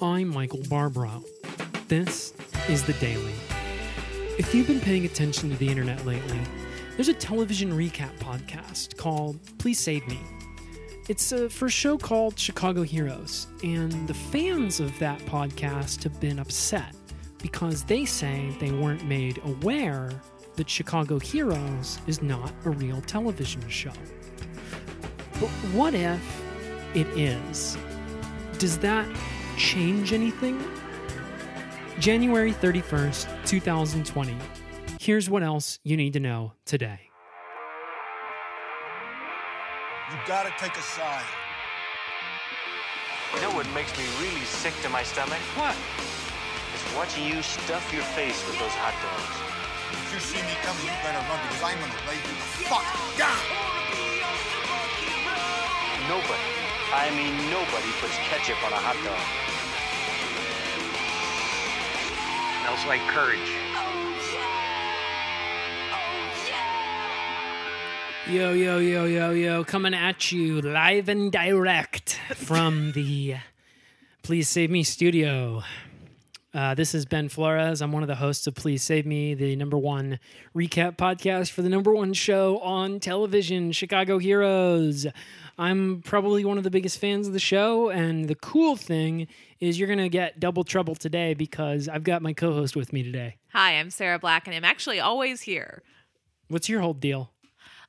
I'm Michael Barbrow. This is The Daily. If you've been paying attention to the internet lately, there's a television recap podcast called Please Save Me. It's a, for a show called Chicago Heroes, and the fans of that podcast have been upset because they say they weren't made aware that Chicago Heroes is not a real television show. But what if it is? Does that change anything? January 31st, 2020. Here's what else you need to know today. You gotta take a side. You know what makes me really sick to my stomach? What? Is watching you stuff your face with those hot dogs. If you see me coming, you better run because I'm gonna lay you the fuck down. Nobody, I mean nobody, puts ketchup on a hot dog. Smells like courage. Yo, yo, yo, yo, yo, coming at you live and direct from the Please Save Me studio. Uh, this is Ben Flores. I'm one of the hosts of Please Save Me, the number one recap podcast for the number one show on television, Chicago Heroes. I'm probably one of the biggest fans of the show. And the cool thing is, you're going to get double trouble today because I've got my co host with me today. Hi, I'm Sarah Black, and I'm actually always here. What's your whole deal?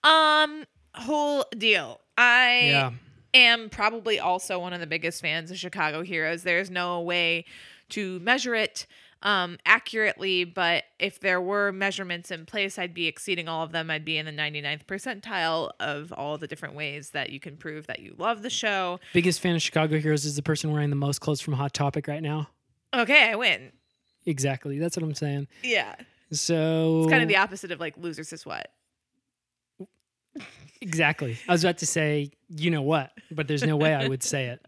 Um, whole deal. I Yeah. am probably also one of the biggest fans of Chicago Heroes. There's no way to measure it um accurately, but if there were measurements in place, I'd be exceeding all of them. I'd be in the 99th percentile of all the different ways that you can prove that you love the show. Biggest fan of Chicago Heroes is the person wearing the most clothes from Hot Topic right now. Okay, I win. Exactly. That's what I'm saying. Yeah. So It's kind of the opposite of like losers is what. exactly. I was about to say, you know what, but there's no way I would say it.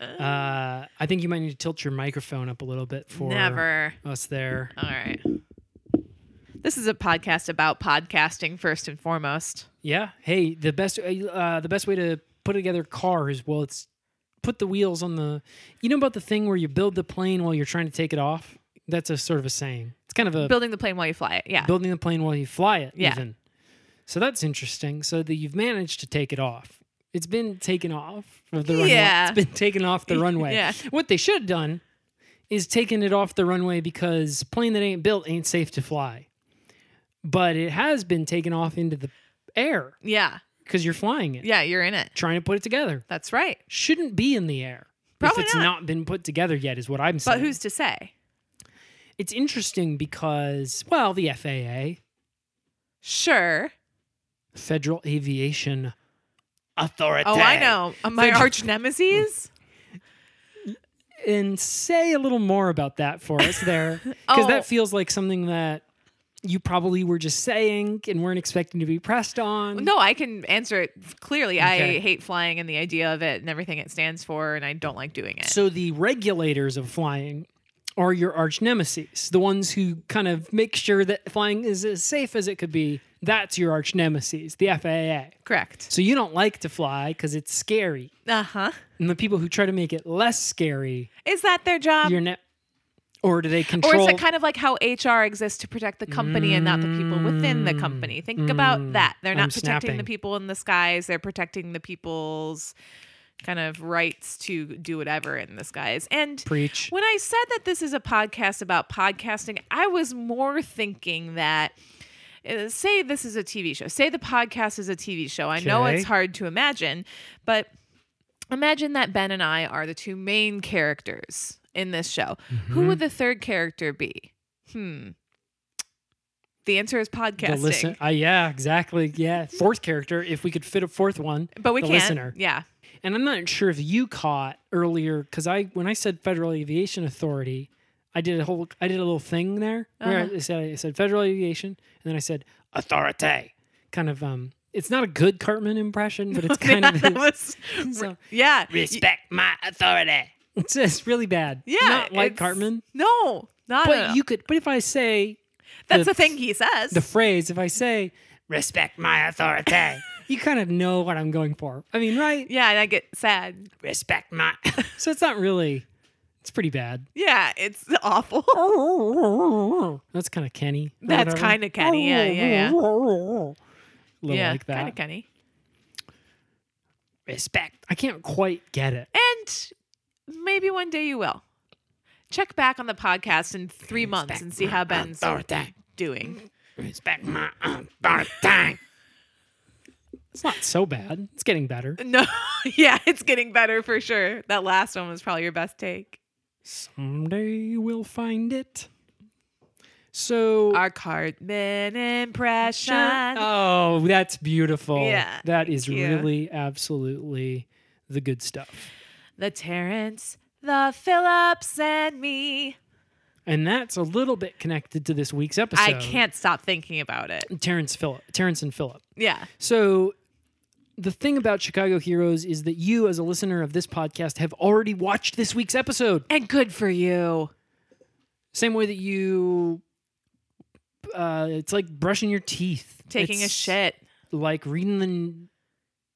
Uh, I think you might need to tilt your microphone up a little bit for Never. us there. All right. This is a podcast about podcasting first and foremost. Yeah. Hey, the best uh, the best way to put together cars, well, it's put the wheels on the. You know about the thing where you build the plane while you're trying to take it off. That's a sort of a saying. It's kind of a Building the plane while you fly it. Yeah. building the plane while you fly it. Yeah. Even. So that's interesting. So that you've managed to take it off. It's been taken off of the runway. Yeah. It's been taken off the runway. Yeah. What they should have done is taken it off the runway because plane that ain't built ain't safe to fly. But it has been taken off into the air yeah. because you're flying it, Yeah, you're in it. trying to put it together. That's right. Shouldn't be in the air. Probably if it's not. been put together yet, is what I'm saying. But who's to say? It's interesting because, well, the FAA, Sure. Federal Aviation Authority. Oh, I know. Uh, My Fed- arch nemesis? And say a little more about that for us there. Because Oh. that feels like something that you probably were just saying and weren't expecting to be pressed on. No, I can answer it clearly. Okay. I hate flying and the idea of it and everything it stands for, and I don't like doing it. So the regulators of flying are your arch nemesis, the ones who kind of make sure that flying is as safe as it could be. That's your arch nemesis, the FAA. Correct. So you don't like to fly because it's scary. Uh huh. And the people who try to make it less scary, Is that their job? you're ne- or do they Um, Or control? is it kind of like how HR exists to protect the company and not the people within the company? Think about that. They're not I'm protecting Mm, snapping. the people in the skies, they're protecting the people's kind of rights to do whatever in the skies. And Preach. when I said that this is a podcast about podcasting, I was more thinking that uh, say this is a TV show. Say the podcast is a TV show. I know Okay. it's hard to imagine, but imagine that Ben and I are the two main characters in this show. Who Mm-hmm. would the third character be? Hmm. The answer is podcasting. The listen, uh, yeah, exactly. Yeah, fourth character. If we could fit a fourth one, but we the can't. listener. Yeah. And I'm not sure if you caught earlier because I when I said Federal Aviation Authority, I did a whole I did a little thing there where Uh-huh. I said I said Federal Aviation and then I said Authority, kind of um. It's not a good Cartman impression, but it's kind of that was, So- yeah. respect my authority. It's, it's really bad. Yeah. not like it's- Cartman. No. Not But at all. you could. But if I say That's the- the, thing he says. the phrase, if I say respect my authority, you kind of know what I'm going for. I mean, right? yeah, and I get sad. respect my so it's not really It's pretty bad. Yeah, it's awful. Oh, That's kind of Kenny. or That's whatever. kind of Kenny. Yeah, yeah, yeah. Little yeah, Oh, like that. Kind of Kenny. Respect. I can't quite get it. And maybe one day you will. Check back on the podcast in three months and see how Ben's doing. Respect my authority. It's not so bad. It's getting better. No, yeah, it's getting better for sure. That last one was probably your best take. Someday we'll find it. So uh, Our Cartman impression. Oh, that's beautiful. Yeah, That is thank you. really absolutely the good stuff. the Terrence, the Phillips, and me. And that's a little bit connected to this week's episode. I can't stop thinking about it. Terrence Phillip Terrence and Phillip. Yeah. So the thing about Chicago Heroes is that you as a listener of this podcast have already watched this week's episode. And good for you. Same way that you uh, it's like brushing your teeth. Taking a It's shit. Like reading the n-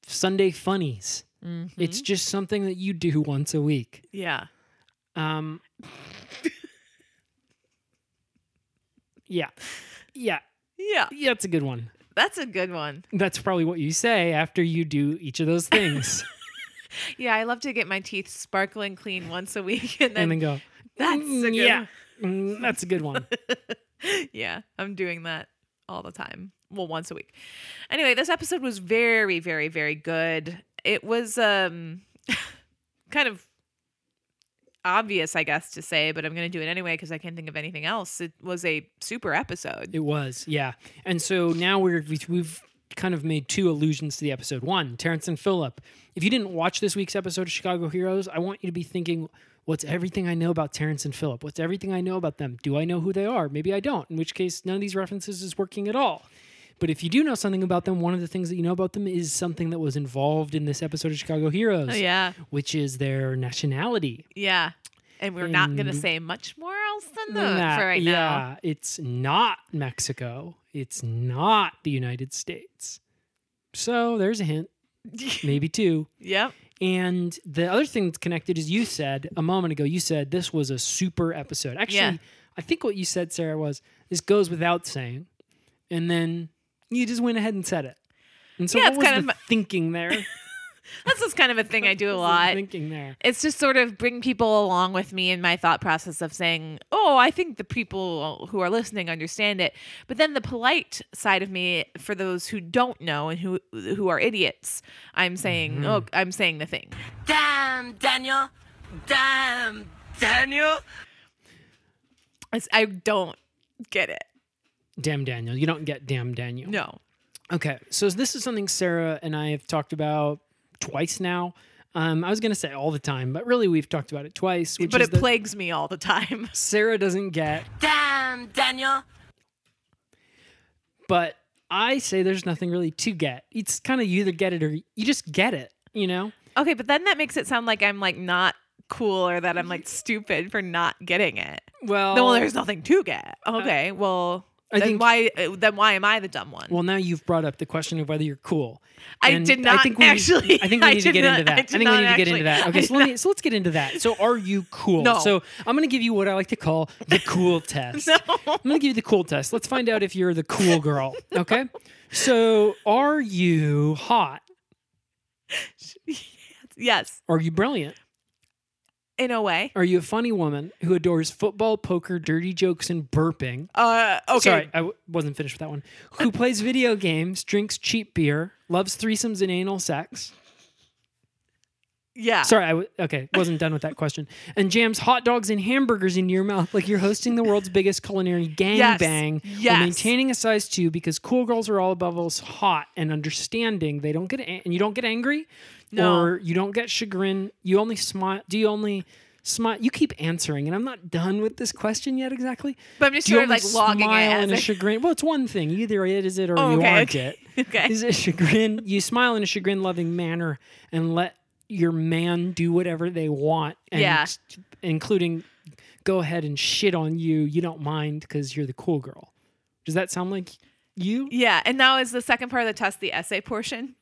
Sunday funnies. Hmm? It's just something that you do once a week. Mm-hmm. Yeah. Um, yeah. Yeah. Yeah. Yeah, that's a good one. That's a good one. That's probably what you say after you do each of those things Yeah, I love to get my teeth sparkling clean once a week and and then then go, that's a good yeah, mm, that's a good one. yeah, I'm doing that all the time. Well, once a week. Anyway, this episode was very, very, very good. It was um kind of obvious, I guess, to say, but I'm going to do it anyway because I can't think of anything else. It was a super episode. It was, yeah. And so now we're, we- we've kind of made two allusions to the episode. One, Terrence and Phillip. If you didn't watch this week's episode of Chicago Heroes, I want you to be thinking, what's everything I know about Terrence and Phillip? What's everything I know about them? Do I know who they are? Maybe I don't, in which case none of these references is working at all. But if you do know something about them, one of the things that you know about them is something that was involved in this episode of Chicago Heroes, Oh, yeah. which is their nationality. Yeah. And we're not going to And- say much more else than than that for right yeah, now. it's not Mexico. It's not the United States. So there's a hint, maybe two. Yep. And the other thing that's connected is you said a moment ago, you said this was a super episode. Actually, Yeah. I think what you said, Sarah, was this goes without saying. And then you just went ahead and said it. And so Yeah, what it's was kind the of thinking there? That's just kind of a thing I do a What was the lot. Thinking there. it's just sort of bring people along with me in my thought process of saying, "Oh, I think the people who are listening understand it." But then the polite side of me, for those who don't know and who who are idiots, I'm saying, "Oh, I'm saying the thing." Damn, Daniel. Damn, Daniel. It's, I don't get it. Damn Daniel. You don't get damn Daniel. No. Okay, so this is something Sarah and I have talked about twice now. Um, I was going to say all the time, but really we've talked about it twice. Which But is it that plagues me all the time. Sarah doesn't get, Damn, Daniel. but I say there's nothing really to get. It's kind of you either get it or you just get it. You know, Okay, but then that makes it sound like I'm like not cool or that I'm like stupid for not getting it. well, No, well, there's nothing to get. Okay, well, I then think- why uh, then why am I the dumb one? well now you've brought up the question of whether you're cool. I And did not we need- actually. I think we I need to did get not- into that. I I, did think we not need to get into actually. that. I Okay, did so, let me, so let's get into that. So are you cool? No. So I'm going to give you what I like to call the cool test. I'm going to give you the cool test. Let's find out if you're the cool girl. Okay. So are you hot? Yes, Are you brilliant? in a way. Are you a funny woman who adores football, poker, dirty jokes, and burping? Uh, okay. Sorry, I w- wasn't finished with that one. Who plays video games, drinks cheap beer, loves threesomes and anal sex? Yeah. Sorry, I w- okay, wasn't done with that question. And jams hot dogs and hamburgers into your mouth like you're hosting the world's biggest culinary gangbang Yes. bang Yes. while maintaining a size two because cool girls are all above us hot and understanding. They don't get an- and you don't get angry, No. or you don't get chagrin. You only smile. Do you only smile? You keep answering, and I'm not done with this question yet exactly. But I'm just Do you sort of only like logging it smile as and I- a chagrin. Well, it's one thing. Either it is it or Oh, you okay, aren't okay, it. okay. Is it chagrin? You smile in a chagrin loving manner and let your man do whatever they want. And Yeah. Including go ahead and shit on you. You don't mind because you're the cool girl. Does that sound like you? Yeah. And now is the second part of the test the essay portion?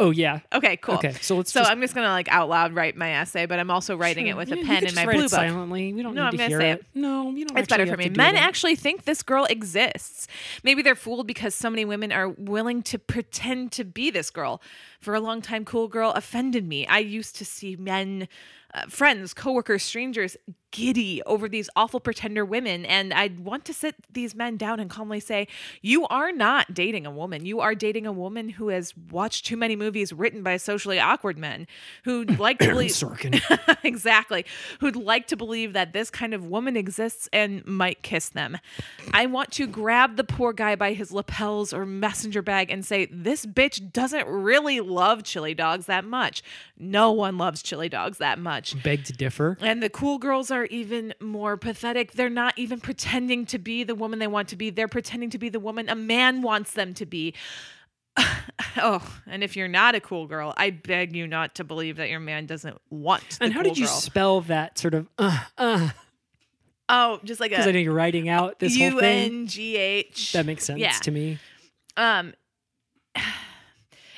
Oh yeah. Okay, cool. Okay, so let's So just- I'm just gonna like out loud write my essay, but I'm also writing Sure. it with You- a you pen could in just my write blue it book. silently. We don't No, need I'm to gonna hear say it. it. No, you don't. It's better actually for have me. to do Men that. actually think this girl exists. Maybe they're fooled because so many women are willing to pretend to be this girl. For a long time, cool girl offended me. I used to see men, uh, friends, coworkers, strangers giddy over these awful pretender women. And I'd want to sit these men down and calmly say, You are not dating a woman. You are dating a woman who has watched too many movies written by socially awkward men who like to believe. Sorkin. exactly. Who'd like to believe that this kind of woman exists and might kiss them. I want to grab the poor guy by his lapels or messenger bag and say, This bitch doesn't really love chili dogs that much. No one loves chili dogs that much. Beg to differ. And the cool girls are even more pathetic. They're not even pretending to be the woman they want to be. They're pretending to be the woman a man wants them to be. oh, and if you're not a cool girl, I beg you not to believe that your man doesn't want. The And how cool did you girl. spell that sort of uh uh? oh, just like Because I know a you're writing out this whole U thing. N G H. That makes sense yeah. to me. Um,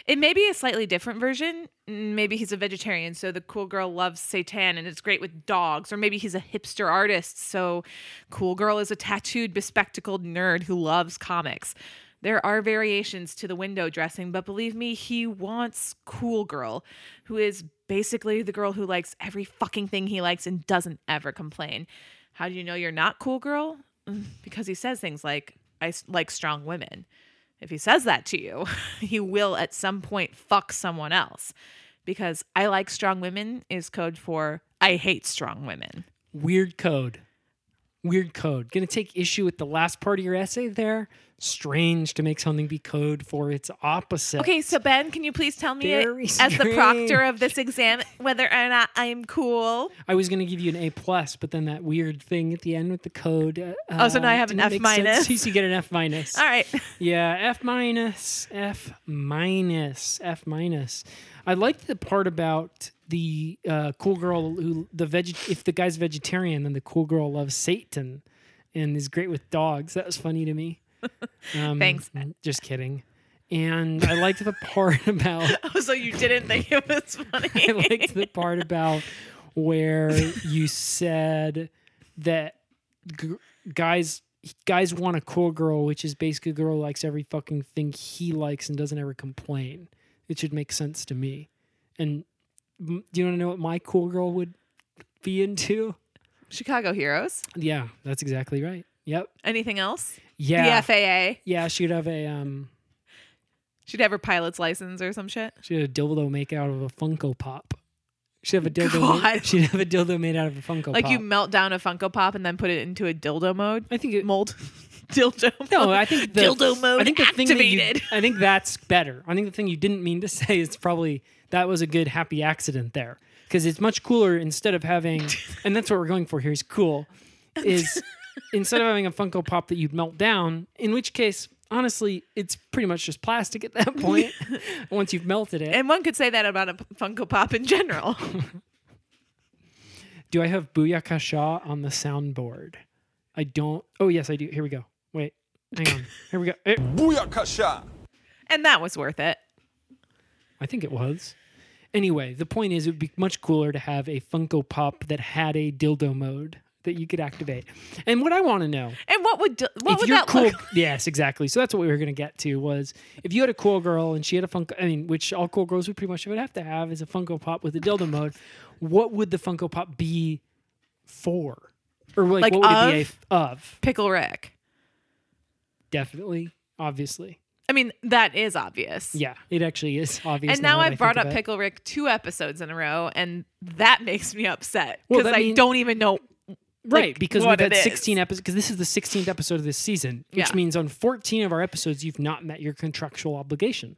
it may be a slightly different version. Maybe he's a vegetarian, so the cool girl loves seitan and it's great with dogs. Or maybe he's a hipster artist, so cool girl is a tattooed, bespectacled nerd who loves comics. There are variations to the window dressing, but believe me, he wants cool girl, who is basically the girl who likes every fucking thing he likes and doesn't ever complain. How do you know you're not cool girl? Mm, Because he says things like, I s- like strong women. If he says that to you, he will at some point fuck someone else. Because I like strong women is code for I hate strong women. Weird code. Weird code. Gonna take issue with the last part of your essay there. Strange to make something be code for its opposite. Okay, so Ben, can you please tell me Very as the proctor of this exam whether or not I'm cool? I was gonna give you an A plus, but then that weird thing at the end with the code. Uh, Oh, so now I have an didn't F make sense. minus. You get an F minus. All right. Yeah, F minus, F minus, F minus. I like the part about the uh, cool girl who the veg. If the guy's vegetarian, then the cool girl loves Satan and is great with dogs. That was funny to me. Um, Thanks. Just kidding. And I liked the part about Oh, so you didn't think it was I funny. liked the part about where you said that g- guys guys want a cool girl, which is basically a girl who likes every fucking thing he likes and doesn't ever complain. It should make sense to me. And m- do you want to know what my cool girl would be into? Chicago Heroes. Yeah, that's exactly right. Yep. Anything else? Yeah. The FAA. yeah, she'd have a um She'd have her pilot's license or some shit. She had a dildo make out of a Funko Pop. She would have a dildo. Made, God. she'd have a dildo made out of a Funko Like Pop. you melt down a Funko Pop and then put it into a dildo mode. I think it, mold. dildo. no. mode. I think the, dildo mode I think the Thing that activated. you, I think that's better. I think the thing you didn't mean to say is probably that was a good happy accident there because it's much cooler instead of having, and that's what we're going for here is cool, is instead of having a Funko Pop that you'd melt down. In which case, honestly, it's pretty much just plastic at that point. once you've melted it, and one could say that about a Funko Pop in general. Do I have Booyaka Shaw on the soundboard? I don't. Oh, yes, I do. Here we go. Wait. Hang on. Here we go. Eh, Booyakasha! and that was worth it. I think it was. Anyway, the point is, it would be much cooler to have a Funko Pop that had a dildo mode that you could activate. And what I want to know And what would di- what if would you're that cool, look? yes, exactly. So that's what we were going to get to was if you had a cool girl and she had a Funko, I mean, which all cool girls would pretty much would have to have is a Funko Pop with a dildo mode. What would the Funko Pop be for? Or like, Like what would it be a, of? f- of? Pickle Rick. Definitely, obviously. I mean, that is obvious. Yeah, it actually is obvious. And now, that I I've brought think up of it. Pickle Rick two episodes in a row, and that makes me upset Well, because that I mean- don't even know. right like, because we've what had it is. 16 episodes. Because this is the 16th episode of this season, which Yeah. means on 14 of our episodes you've not met your contractual obligation.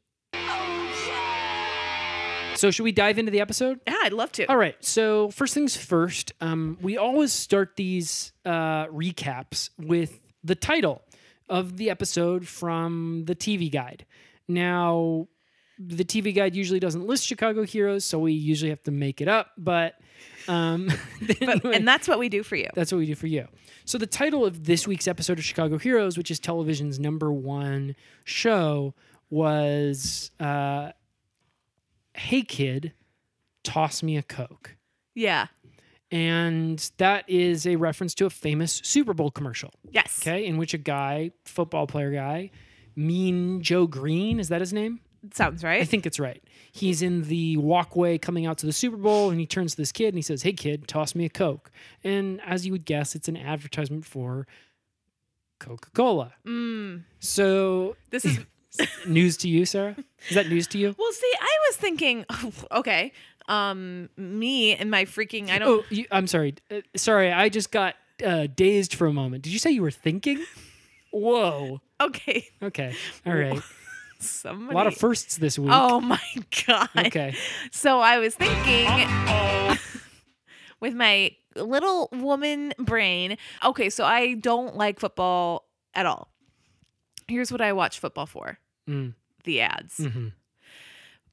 So should we dive into the episode? Yeah, I'd love to. All right. So first things first, um, we always start these uh, recaps with the title of the episode from the TV guide. Now, the TV guide usually doesn't list Chicago heroes, so we usually have to make it up. But, um, anyway, And that's what we do for you. that's what we do for you. So the title of this week's episode of Chicago Heroes, which is television's number one show, was. Uh, hey kid, toss me a Coke. Yeah. And that is a reference to a famous Super Bowl commercial. Yes. Okay, in which a guy, football player guy, Mean Joe Green, is that his name? Sounds I right. think it's right. He's in the walkway coming out to the Super Bowl, and he turns to this kid and he says, "Hey kid, toss me a Coke." And as you would guess, it's an advertisement for Coca Cola. Mm. So this is news to you, Sarah? Is that news to you? Well, see, I was thinking, okay, um, me and my freaking, I don't, Oh, you, I'm sorry. Uh, sorry, I just got uh, dazed for a moment. Did you say you were thinking? Whoa. okay, Okay. All right. A somebody. lot of firsts this week. Oh my god. Okay. So I was thinking with my little woman brain. Okay, so I don't like football at all. Here's what I watch football for. Mm. The ads. hmm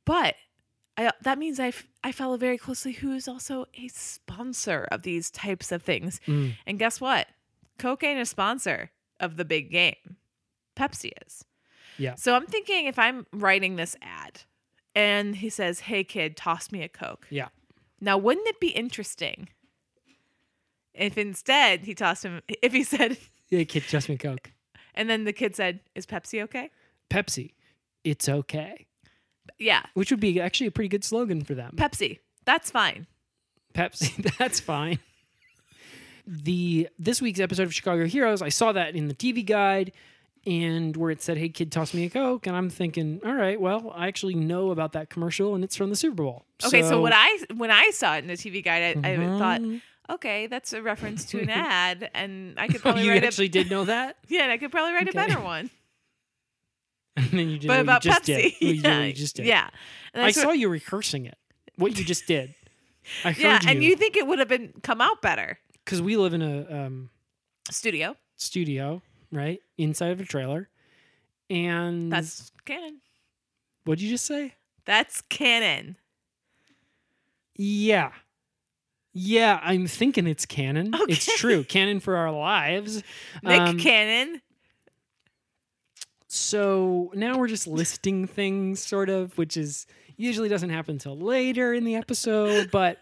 But I, that means I, f- I follow very closely who is also a sponsor of these types of things. Mm. And guess what? Coke ain't a sponsor of the big game. Pepsi is. Yeah. So I'm thinking if I'm writing this ad and he says, hey, kid, toss me a Coke. Yeah. Now, wouldn't it be interesting if instead he tossed him, if he said, Yeah, kid, just me Coke. and then the kid said, is Pepsi okay? Pepsi. It's okay. Yeah, Which would be actually a pretty good slogan for them. Pepsi. That's fine. Pepsi. That's fine. The this week's episode of Chicago Heroes, I saw that in the TV guide and where it said, "Hey kid, toss me a Coke." And I'm thinking, "All right, well, I actually know about that commercial and it's from the Super Bowl." Okay, so, what I when I saw it in the TV guide, I, I thought, Mhm. okay, that's a reference to an ad, and I could probably you write actually a did know that? yeah, and I could probably write Okay. a better one, And then you did but what about you just Pepsi. did. What you did, yeah, what you just did. yeah. And I sort- saw you rehearsing it. What you just did. I heard yeah, and you you think it would have been come out better? because we live in a um, Studio, studio, right, inside of a trailer, and that's canon. what'd you just say? That's canon. Yeah. Yeah, I'm thinking it's canon. Okay. It's true. Canon for our lives. Nick Um, Cannon. so now we're just listing things, sort of, which is usually doesn't happen until later in the episode. But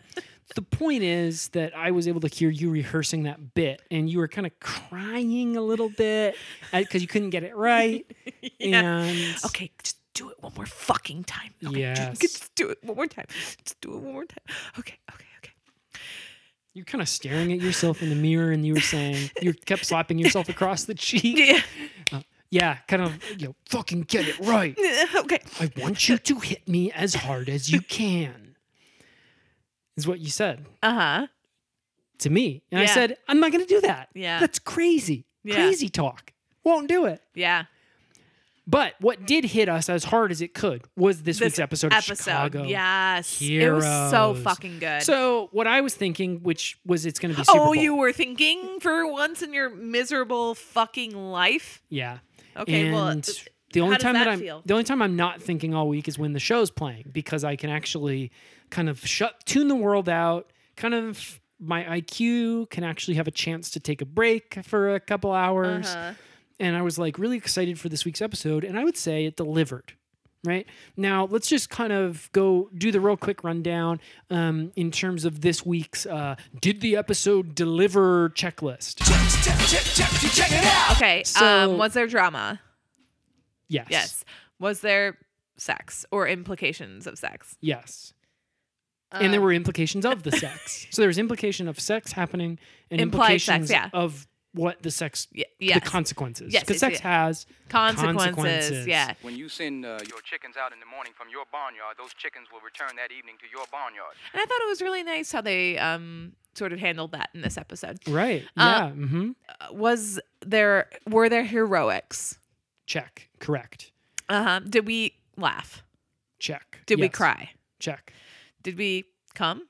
the point is that I was able to hear you rehearsing that bit, and you were kind of crying a little bit because you couldn't get it right. And Okay, just do it one more fucking time. Okay, Yes. just, just do it one more time. Just do it one more time. Okay, okay, okay. you're kind of staring at yourself in the mirror, and you were saying you kept slapping yourself across the cheek. Yeah. Yeah, kind of, you know, fucking get it right. okay. I want you to hit me as hard as you can, is what you said Uh huh. to me. And I Yeah. said, I'm not going to do that. Yeah. That's crazy. Yeah. Crazy talk. Won't do it. Yeah. But what did hit us as hard as it could was this, This week's episode, of Chicago. Yes. It was so Heroes. fucking good. So what I was thinking, which was it's going to be Super oh, Bowl. you were thinking for once in your miserable fucking life? Yeah. Okay, And well, uh, the how only does time that I'm feel? the only time I'm not thinking all week is when the show's playing because I can actually kind of shut tune the world out. Kind of my IQ can actually have a chance to take a break for a couple hours. Uh-huh. And I was like really excited for this week's episode, and I would say it delivered. Right now, let's just kind of go do the real quick rundown um, in terms of this week's uh, "Did the episode deliver?" checklist. Okay. So- um, was there drama? Yes, Yes. Was there sex or implications of sex? yes. and Um, there were implications of the sex. so there was implication of sex happening and Implied implications sex, yeah. of what the sex, Y- yes. the consequences. Yes, Because yes, sex yes. has consequences. consequences. Yeah. When you send uh, your chickens out in the morning from your barnyard, those chickens will return that evening to your barnyard. And I thought it was really nice how they um sort of handled that in this episode. Right. Uh, yeah. Mm-hmm. Was there were there heroics? Check. Correct. Uh-huh. Did we laugh? Check. Did we Yes. cry? Check. Did we come?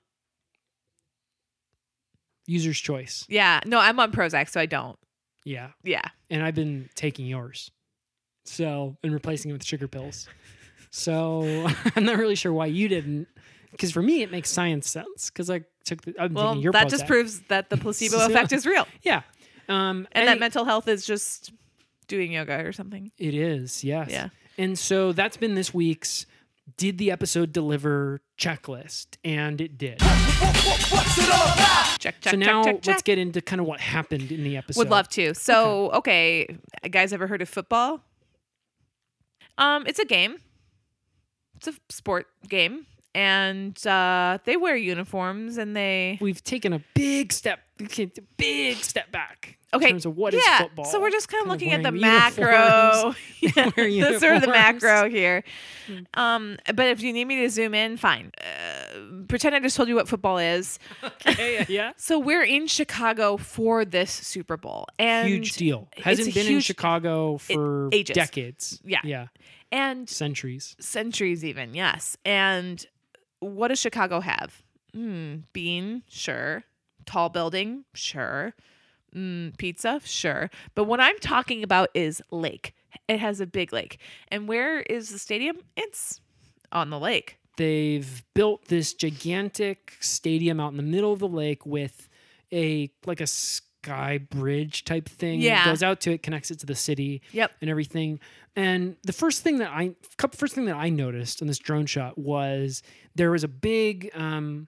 User's choice. Yeah. No, I'm on Prozac, so I don't. Yeah. Yeah. And I've been taking yours. So, and replacing it with sugar pills. So I'm not really sure why you didn't. Because for me, it makes science sense. Because I took the, I'm Well, taking your that just Prozac. proves that the placebo So- effect is real Yeah. Um, and any- that mental health is just doing yoga or something. It is, yes. Yeah. And so that's been this week's did the episode deliver checklist? And it did. Check, check, so now check, check, check. let's get into kind of what happened in the episode. Would love to. So, okay. guys ever heard of football? Um, it's a game. It's a sport game. And uh, they wear uniforms and they We've taken a big step, a big step back. Okay, In terms of what is yeah. football. So we're just kind of looking at the wearing macro. uniforms. Yeah, Wearing that's sort of the uniforms. Hmm. macro here. Um, but if you need me to zoom in, fine. Uh, pretend I just told you what football is. yeah, yeah. So we're in Chicago for this Super Bowl, and huge deal. it's Hasn't a been in huge- Chicago for ages. decades. Yeah. Yeah. And Centuries. centuries even yes and what does chicago have mm, bean sure tall building sure mm, pizza sure but what i'm talking about is lake it has a big lake and where is the stadium it's on the lake They've built this gigantic stadium out in the middle of the lake with a like a sky bridge type thing. Yeah. It goes out to it, connects it to the city. Yep. And everything. And the first thing that I coup- first thing that I noticed in this drone shot was there was a big um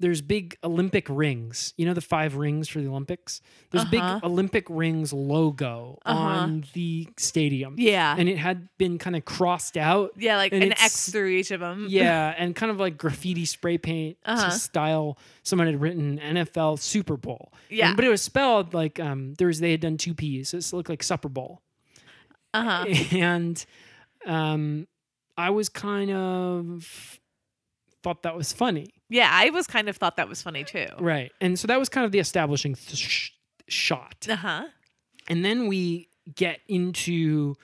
there's big Olympic rings. You know the five rings for the Olympics? There's Uh-huh. big Olympic rings logo Uh-huh. on the stadium. yeah and it had been kind of crossed out. yeah like and an it's- x through each of them Yeah, and kind of like graffiti spray paint to Mm. Uh-huh. style. Someone had written NFL Super Bowl. Yeah. And- but it was spelled like um, there was they had done two P's, so it looked like Supper Bowl. uh-huh And um, I was kind of thought that was funny, yeah i was kind of thought that was funny too right? And so that was kind of the establishing th- sh- shot. uh-huh And then we get into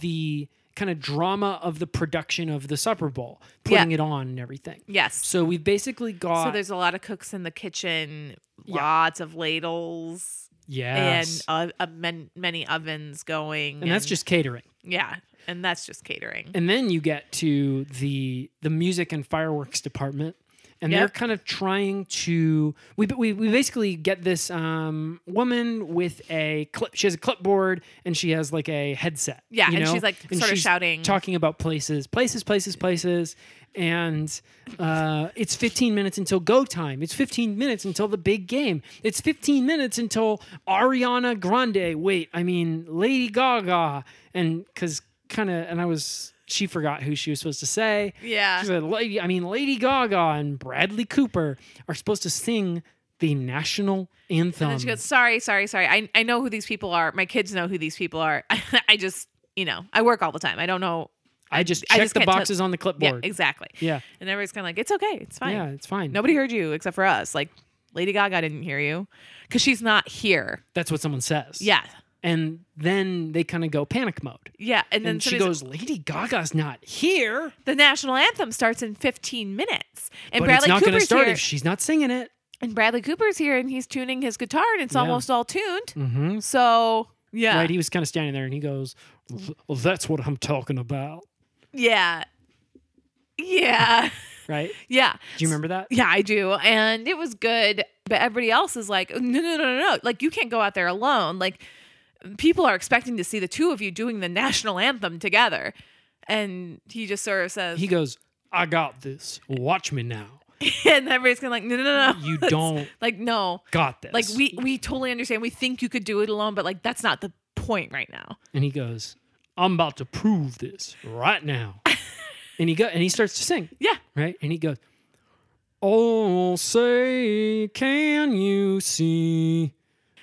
the kind of drama of the production of the Super Bowl, putting Yeah. it on and everything. yes So we've basically got so there's a lot of cooks in the kitchen Yeah. lots of ladles yes, and, and uh, uh, men, many ovens going. that's just catering. yeah, and that's just catering. And then you get to the the music and fireworks department, and they're Yep. kind of trying to we we, we basically get this um, woman with a clip. She has a clipboard and she has like a headset. Yeah, you and know? she's, like, sort of shouting. talking about places, places, places, places, and uh, it's 15 minutes until go time. It's 15 minutes until the big game. It's 15 minutes until Ariana Grande. Wait, I mean Lady Gaga, and because kind of, and I was. She forgot who she was supposed to say. Yeah. She said, "Lady." I mean, Lady Gaga and Bradley Cooper are supposed to sing the national anthem. and then she goes, "Sorry, sorry, sorry. I I know who these people are. My kids know who these people are. I just, you know, I work all the time. I don't know. I just I checked just the can't tell- boxes on the clipboard. Yeah, exactly. Yeah. And everybody's kind of like, it's okay, it's fine. Yeah, it's fine. Nobody heard you except for us. Like Lady Gaga didn't hear you because she's not here. That's what someone says. Yeah, and then they kind of go panic mode. yeah. And then And she somebody's goes, "Lady Gaga's not here, like, the national anthem starts in 15 minutes, and but Bradley it's not going to Cooper's start here. if she's not singing it." and Bradley Cooper's here, and he's tuning his guitar, and it's Yeah. almost all tuned. Mm-hmm. So yeah, Right? He was kind of standing there, and he goes, well, "That's what I'm talking about." yeah, yeah, Right? yeah. Do you remember that? Yeah, I do, and it was good. But everybody else is like, no, no, no, no, no. Like you can't go out there alone. Like people are expecting to see the two of you doing the national anthem together, and he just sort of says, He goes, "I got this. Watch me now. and everybody's kind of like, no, no, no, no. You That's- don't like no. got this." Like we we totally understand. We think you could do it alone, but like that's not the point right now. and he goes, "I'm about to prove this right now." and he go and he starts to sing. Yeah. right? And he goes, "Oh, say can you see?"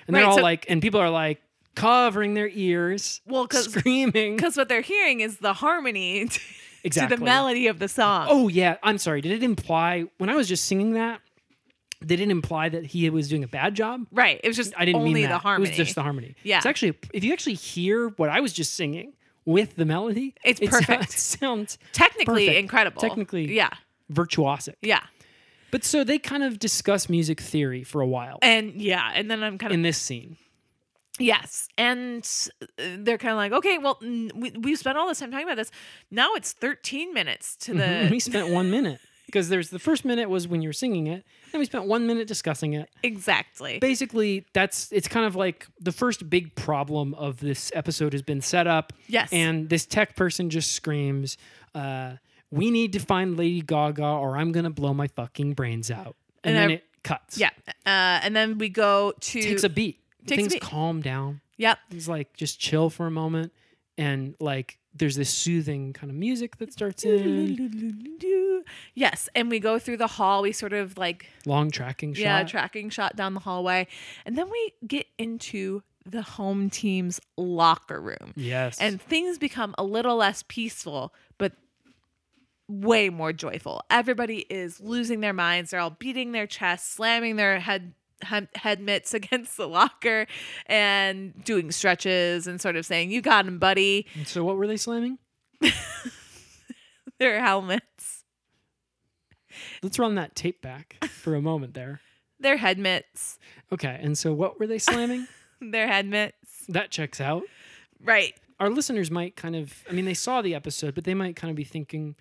And they're Right, all so- like, and people are like covering their ears, Well, 'cause- screaming, Because what they're hearing is the harmony to exactly the melody of the song. Oh yeah, I'm sorry. Did it imply when I was just singing that? Did it imply that he was doing a bad job? right. It was just I didn't only mean the that. harmony. It was just the harmony. Yeah. it's actually if you actually hear what I was just singing with the melody, It's it sou- perfect. it sounds Technically perfect. incredible. Technically, yeah, virtuosic. yeah, But so they kind of discuss music theory for a while and yeah, and then I'm kind of in this scene. yes, and uh, they're kind of like, okay, well, n- we we spent all this time talking about this. Now it's 13 minutes to the we spent one minute because there's the first minute was when you were singing it, and we spent one minute discussing it. exactly. Basically, that's it's kind of like the first big problem of this episode has been set up. Yes. and this tech person just screams, uh, we need to find Lady Gaga or I'm going to blow my fucking brains out. And, And then I- it cuts. Yeah. Uh, and then we go to. Takes a beat. Takes a Things beat. calm down. Yep. He's like, just chill for a moment. And like, there's this soothing kind of music that starts in. Yes. And we go through the hall. We sort of like, Long tracking shot. yeah, tracking shot down the hallway. And then we get into the home team's locker room. Yes. And things become a little less peaceful, but way more joyful. Everybody is losing their minds. They're all beating their chests, slamming their head hem- head mitts against the locker and doing stretches and sort of saying, "You got him, buddy." And so what were they slamming? Their helmets, Let's run that tape back for a moment there. their head mitts, Okay. And so what were they slamming? their head mitts. that checks out. Right. Our listeners might kind of, I mean, they saw the episode, but they might kind of be thinking,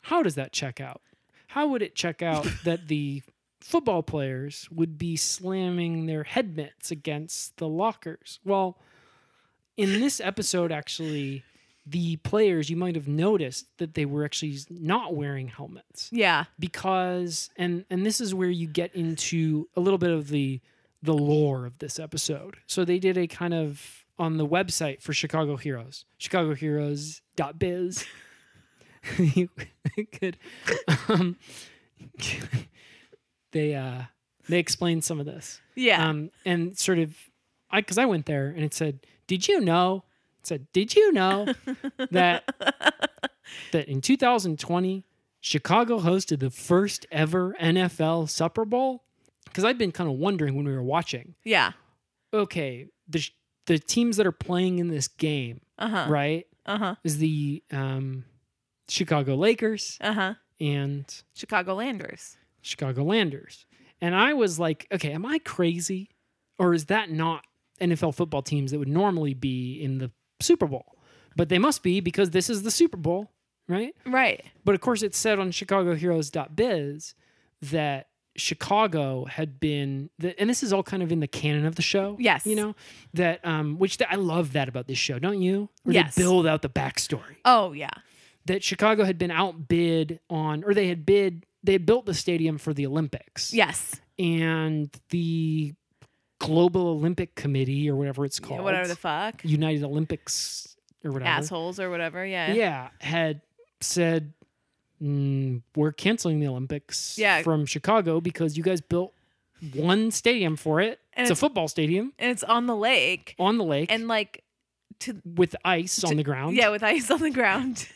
how does that check out? How would it check out that the football players would be slamming their head mitts against the lockers? Well, in this episode, actually, the players, you might have noticed that they were actually not wearing helmets Yeah. because and and this is where you get into a little bit of the the lore of this episode. So they did a kind of on the website for Chicago Heroes, chicagoheroes.biz. you could um, they uh they explained some of this. Yeah. Um and sort of I cuz I went there and it said, "Did you know?" It said, "Did you know that that in 2020, Chicago hosted the first ever NFL Super Bowl? Because I'd been kind of wondering when we were watching. yeah. Okay, the sh- the teams that are playing in this game, Uh-huh. right, Uh-huh. is the um, Chicago Lakers Uh-huh. and Chicago Landers. Chicago Landers. And I was like, okay, am I crazy, or is that not NFL football teams that would normally be in the Super Bowl? But they must be because this is the Super Bowl, right? Right. But of course, it said on ChicagoHeroes.biz that Chicago had been, that, and this is all kind of in the canon of the show. Yes. you know that, um, which th- I love that about this show, don't you? Where Yes. they build out the backstory Oh, yeah. that Chicago had been outbid on, or they had bid, they had built the stadium for the Olympics. Yes. and the Global Olympic Committee or whatever it's Yeah, called, whatever the fuck. United Olympics or whatever Assholes or whatever. Yeah. yeah, had said mm, we're canceling the Olympics Yeah. from Chicago because you guys built one stadium for it. And it's, a it's- football stadium And it's on the lake. on the lake And like to with ice on the ground. Yeah, with ice on the ground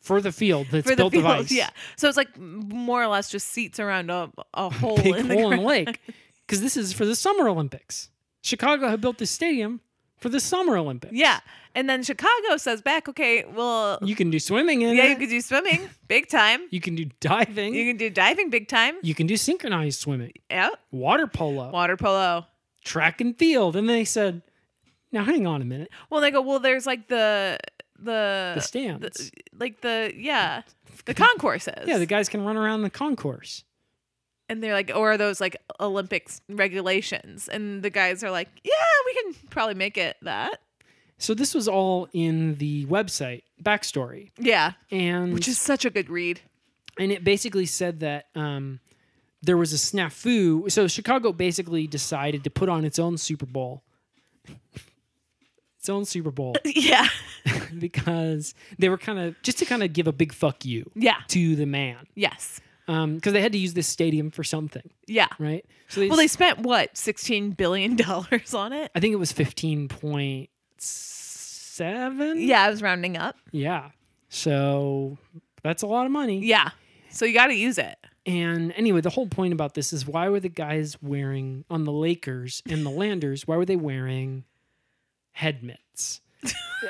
for the field that's for the built field. of ice. Yeah, so it's like m- more or less just seats around a, a hole big in the hole in the ground. lake because this is for the Summer Olympics. Chicago had built this stadium for the Summer Olympics. Yeah, and then Chicago says back, okay, well, you can do swimming in yeah, it. you could do swimming big time. You can do diving. You can do diving big time. you Oh. can do synchronized swimming, Yeah, water polo, water polo. track and field. And they said, "Now hang on a minute, Well, they go, well, there's like the the, the stands." the- like the yeah the concourses. Yeah, the guys can run around the concourse. and they're like, or are those like Olympics regulations? And the guys are like, yeah, we can probably make it that. So this was all in the website backstory, Yeah, and which is such a good read. and it basically said that um, there was a snafu. So Chicago basically decided to put on its own Super Bowl, its own Super Bowl, Yeah. because they were kind of just to kind of give a big fuck you Yeah. to the man, Yes. because they had to use this stadium for something, Yeah. right? So they, Well, they spent what sixteen billion dollars on it. I think it was fifteen point seven. Yeah, I was rounding up. Yeah. So that's a lot of money. Yeah. So you got to use it. And anyway, the whole point about this is why were the guys wearing on the Lakers and the Landers, why were they wearing head mitts?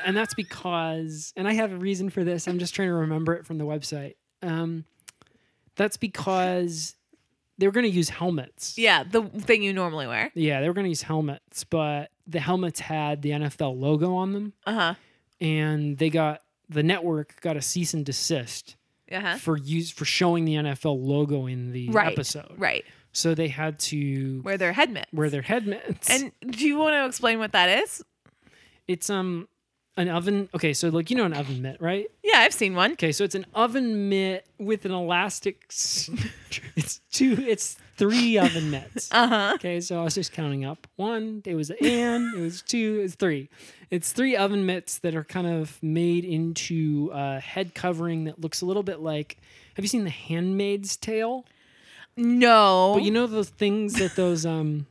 and that's because and I have a reason for this. I'm just trying to remember it from the website. Um that's because they were going to use helmets. Yeah, the thing you normally wear. Yeah, they were going to use helmets, but the helmets had the NFL logo on them Uh huh. and they got the network got a cease and desist Uh huh. for use for showing the NFL logo in the Right. episode. Right. So they had to Wear their head mitts. wear their head mitts. And do you want to explain what that is? it's um an oven. Okay, so like you know an oven mitt, right? Yeah, I've seen one. Okay, so it's an oven mitt with an elastic. s- it's two. It's three oven mitts. Uh huh. Okay, so I was just counting up. One, it was an. it was two. It's three. It's three oven mitts that are kind of made into a head covering that looks a little bit like. Have you seen The Handmaid's Tale? No. But you know those things that those um,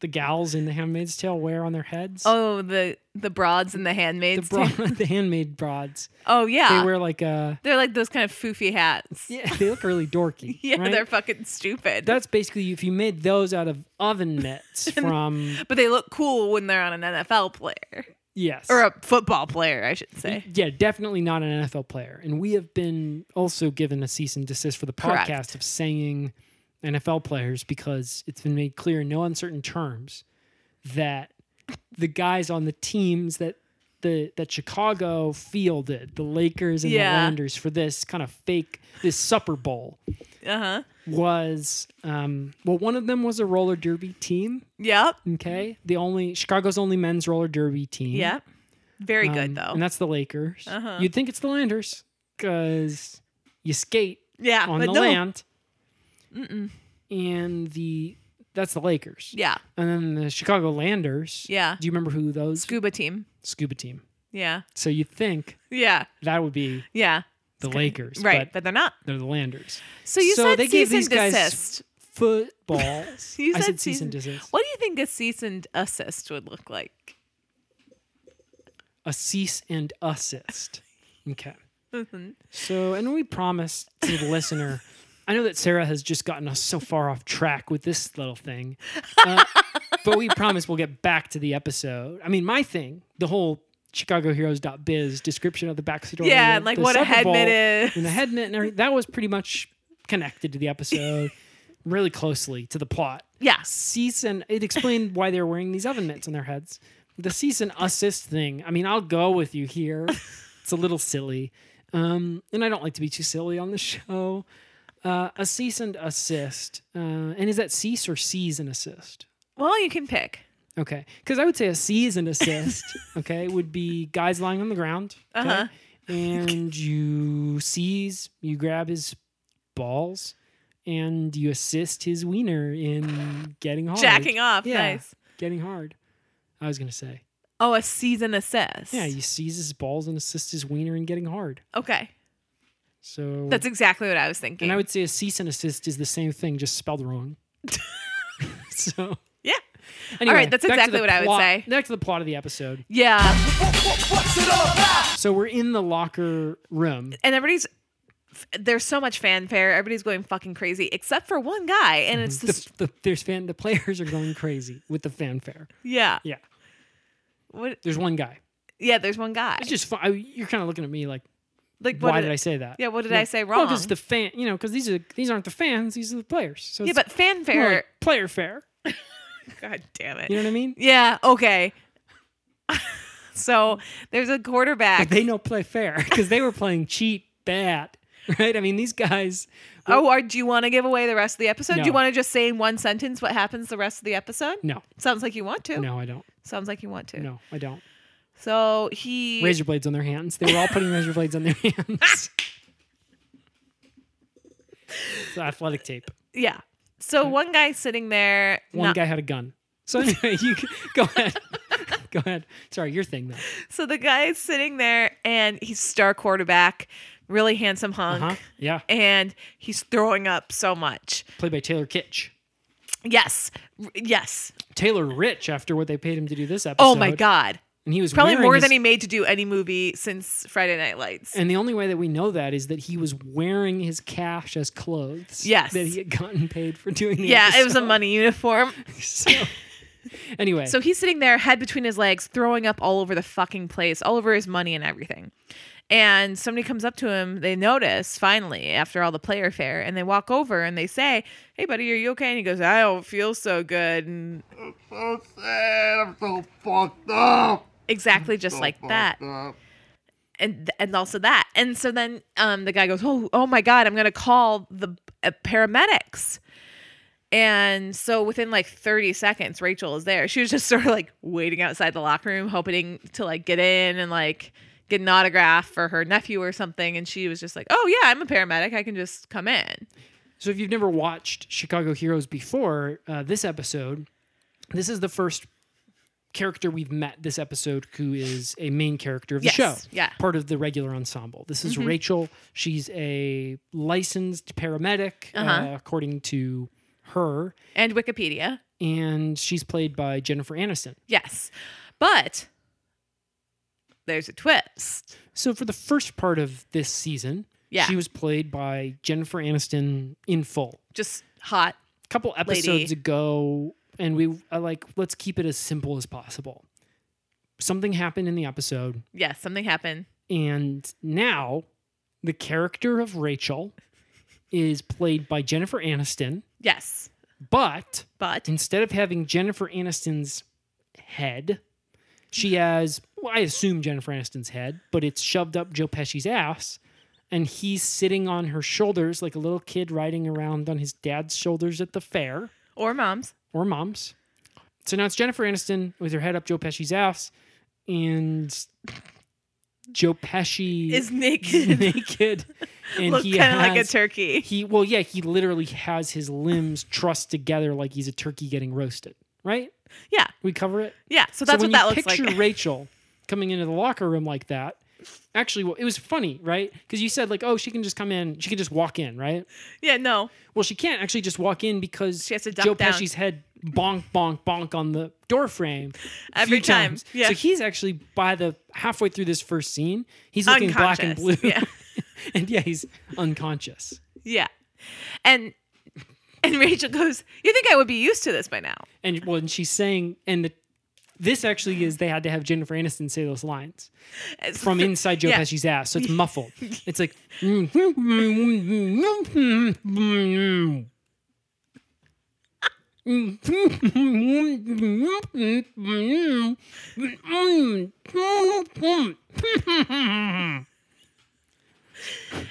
the gals in The Handmaid's Tale wear on their heads. oh, the the broads and the the handmaids. bra- too. the handmaid broads. Oh yeah. They wear like a. They're like those kind of foofy hats. Yeah, Yeah, they look really dorky. right? they're fucking stupid. That's basically if you made those out of oven mitts from but they look cool when they're on an NFL player yes or a football player, I should say. yeah, definitely not an NFL player. And we have been also given a cease and desist for the podcast Correct. of saying NFL players because it's been made clear in no uncertain terms that the guys on the teams that the that Chicago fielded, the Lakers and Yeah. the Landers for this kind of fake this Supper Bowl Uh huh. was um, well, one of them was a roller derby team. Yep. Mm-hmm. Okay. The only Chicago's only men's roller derby team. Yep. Very Um, good though. And that's the Lakers. Uh-huh. You'd think it's the Landers because you skate yeah. on Uh, but the no. land. And the that's the Lakers. Yeah. And then the Chicago Landers. Yeah. Do you remember who those Scuba team. scuba team? Yeah. So you think Yeah. that would be Yeah. the Lakers, Right. But, but they're not. they're the Landers. So you so said they cease gave these and guys- desist. Footballs. You I said said cease and season- desist. What do you think a cease and assist would look like? A cease and assist. Okay. Mhm. So, and we promised to the listener. I know that Sarah has just gotten us so far off track with this little thing, uh, but we promise we'll get back to the episode. I mean, my thing, the whole ChicagoHeroes.biz description of the backstory. Yeah, of like the what a Super head Bowl mitt is. And the head mitt and everything. That was pretty much connected to the episode really closely to the plot. Yes. Cease and it explained why they're wearing these oven mitts on their heads. The cease and assist thing. I mean, I'll go with you here. It's a little silly, um, and I don't like to be too silly on the show. Uh, a cease and assist, uh, and is that cease or seize and assist? Well, you can pick. Okay, because I would say a seize and assist. Okay, would be guys lying on the ground. Okay? Uh-huh. And you seize, you grab his balls, and you assist his wiener in getting hard. Jacking off. Yeah, Nice. Getting hard. I was gonna say. Oh, a seize and assist. Yeah, you seize his balls and assist his wiener in getting hard. okay. So That's exactly what I was thinking. and I would say a cease and assist is the same thing, just spelled wrong. so yeah. anyway, that's back to exactly the what I would plot- say. Back to the plot of the episode. Yeah. So we're in the locker room. And everybody's there's so much fanfare. Everybody's going fucking crazy except for one guy and it's The, this the, there's fan. The players are going crazy with the fanfare. yeah. Yeah, What there's one guy. yeah, there's one guy. It's just fun. I, you're kind of looking at me like, like what why did I say that? Yeah, what did I say Well, wrong? because the fan, you know, because these are these aren't the fans. These are the players. So Yeah, it's but more fanfare. like player fair. God damn it. You know what I mean? Yeah, okay. so there's a quarterback. They know play fair because they were playing cheat bad, right? I mean, these guys. oh, are, do you want to give away the rest of the episode? Do No. you want to just say in one sentence what happens the rest of the episode? No, Sounds like you want to. no, I don't. Sounds like you want to. No, I don't. So he Razor blades on their hands. They were all putting razor blades on their hands. It's athletic tape. Yeah. So one guy's sitting there. One not- guy had a gun. So anyway, you go ahead. go ahead. Sorry, your thing though. So the guy is sitting there and he's star quarterback, really handsome hunk. Huh? Yeah. And he's throwing up so much. Played by Taylor Kitsch. Yes. R- Yes. Taylor Rich after what they paid him to do this episode. Oh my God. And he was Probably wearing more his- than he made to do any movie since Friday Night Lights. And the only way that we know that is that he was wearing his cash as clothes. Yes. That he had gotten paid for doing the yeah, it was a episode. money uniform. So- anyway, So he's sitting there, head between his legs, throwing up all over the fucking place, all over his money and everything. And somebody comes up to him. They notice finally after all the player fare, and they walk over and they say, "Hey, buddy, are you okay?" And he goes, "I don't feel so good." And so sad. I'm so fucked up. exactly just like that, Fucked up. and and also that. And so then um, the guy goes, "Oh, oh my god, I'm gonna call the uh, paramedics." And so within like 30 seconds, Rachel is there. She was just sort of like waiting outside the locker room, hoping to like get in and like get an autograph for her nephew or something. And she was just like, oh, yeah, I'm a paramedic. I can just come in. So if you've never watched Chicago Heroes before, uh, this episode, this is the first character we've met this episode who is a main character of the Yes, show. yeah. Mm-hmm. Part of the regular ensemble. This is Rachel. She's a licensed paramedic, uh Uh-huh. according to her, And Wikipedia. and she's played by Jennifer Aniston. Yes. But there's a twist. So for the first part of this season, Yeah. she was played by Jennifer Aniston in full. Just hot. couple episodes lady. ago and we I like let's keep it as simple as possible something happened in the episode Yes, something happened. and now the character of rachel is played by jennifer aniston Yes. but But instead of having jennifer aniston's head Mm-hmm. she has well, i assume jennifer aniston's head but it's shoved up joe pesci's ass and he's sitting on her shoulders like a little kid riding around on his dad's shoulders at the fair or moms. or moms. So now it's Jennifer Aniston with her head up Joe Pesci's ass, and Joe Pesci Is naked. naked, and Look he kind of like a has- turkey. He well, yeah, he literally has his limbs trussed together like he's a turkey getting roasted. Right? Yeah. We cover it. Yeah. So that's when what that you looks picture like. Rachel coming into the locker room like that. Actually, well, it was funny, right? Because you said like, oh, she can just come in, she can just walk in, right? yeah, no. Well, she can't actually just walk in because She has to duck Joe down. Pesci's head bonk bonk bonk on the door frame a Every few time, times. yeah. So he's actually by the halfway through this first scene, he's looking black and blue. Unconscious, yeah. and yeah, he's unconscious. Yeah. And and Rachel goes, You think I would be used to this by now? And well, and she's saying, and the, this actually is they had to have Jennifer Aniston say those lines It's- from inside Joe Yeah. Pesci's ass, so it's muffled. It's like. And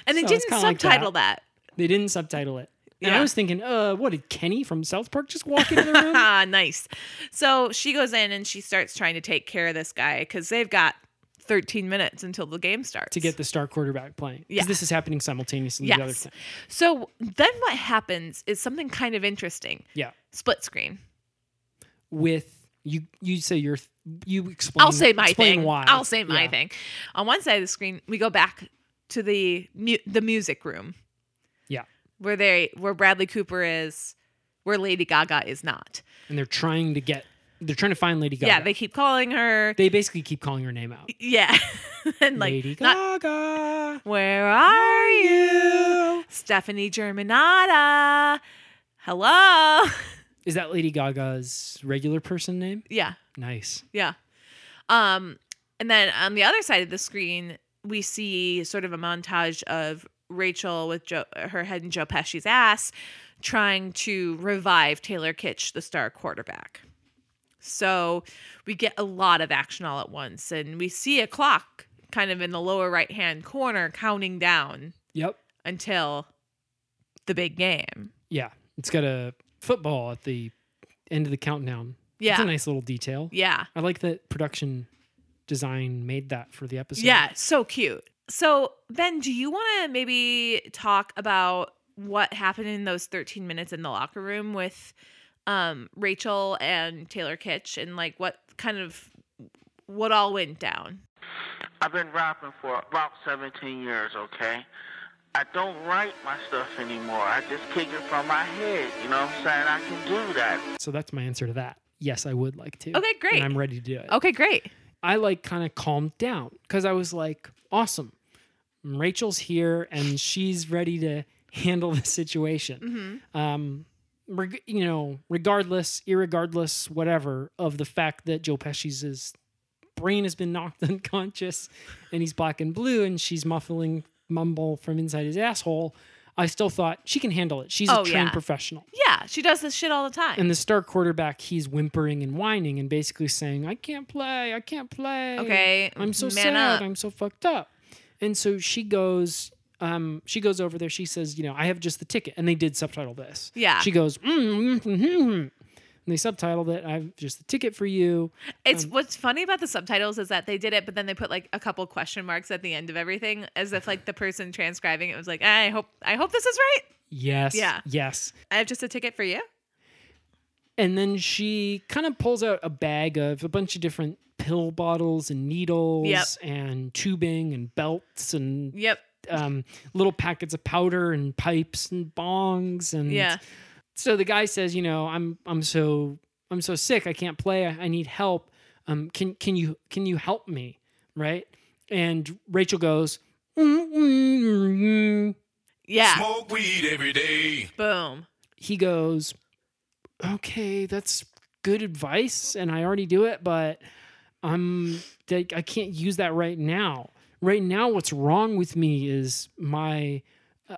And they So it's didn't kinda like subtitle that. They didn't subtitle it. And I Yeah. was thinking, uh, what did Kenny from South Park just walk into the room? Ah, nice. So she goes in and she starts trying to take care of this guy because they've got 13 minutes until the game starts. to get the star quarterback playing. Because Yeah. this is happening simultaneously with the other Yes. thing. So then what happens is something kind of interesting. Yeah. Split screen. With you you say your th- you explain I'll say my explain thing. Why. I'll say my Yeah. thing. On one side of the screen, we go back to the mu- the music room Yeah. where they where Bradley Cooper is, where Lady Gaga is not. And they're trying to get they're trying to find Lady Gaga. Yeah, they keep calling her. They basically keep calling her name out. yeah, and like Lady not- Gaga. where are you, you? Stephanie Germanata? Hello. Is that Lady Gaga's regular person name? yeah, Nice. yeah. Um, and then on the other side of the screen, we see sort of a montage of Rachel with Joe, her head in Joe Pesci's ass, trying to revive Taylor Kitsch, the star quarterback. So we get a lot of action all at once, and we see a clock kind of in the lower right hand corner counting down Yep. until the big game. Yeah. It's got a football at the end of the countdown. It's Yeah. a nice little detail. Yeah. I like that production design made that for the episode. Yeah, so cute. So, Ben, do you want to maybe talk about what happened in those 13 minutes in the locker room with um Rachel and Taylor Kitsch and like what kind of what all went down? I've been rapping for about 17 years, okay? I don't write my stuff anymore. I just kick it from my head. You know what I'm saying? I can do that. So that's my answer to that. Yes, I would like to. Okay, great. And I'm ready to do it. Okay, great. I like kind of calmed down because I was like, awesome. Rachel's here and she's ready to handle the situation. Mm-hmm. Um, reg- you know, regardless, irregardless, whatever of the fact that Joe Pesci's his brain has been knocked unconscious and he's black and blue and she's muffling mumble from inside his asshole. I still thought she can handle it. She's a Oh, trained yeah. professional. Yeah, she does this shit all the time. And the star quarterback, he's whimpering and whining and basically saying, I can't play. I can't play. Okay, I'm so man sad. up." I'm so fucked up. And so she goes, um, she goes over there. She says, you know, I have just the ticket, and they did subtitle this. Yeah. She goes, mm, mm, mm, mm, and they subtitled it. I have just the ticket for you. It's what's funny about the subtitles is that they did it, but then they put like a couple question marks at the end of everything, as if like the person transcribing it was like, "I hope, I hope this is right. Yes. Yeah. Yes. I have just a ticket for you." And then she kind of pulls out a bag of a bunch of different pill bottles and needles Yep. and tubing and belts and Yep. um, little packets of powder and pipes and bongs and Yeah. so the guy says, you know, I'm I'm so I'm so sick. I can't play. I, I need help. Um, can can you can you help me? Right? And Rachel goes, "Mm, mm, mm, mm." Yeah. Smoke weed every day. Boom. he goes, okay, that's good advice, and I already do it, but I'm like, I can't use that right now. Right now, what's wrong with me is my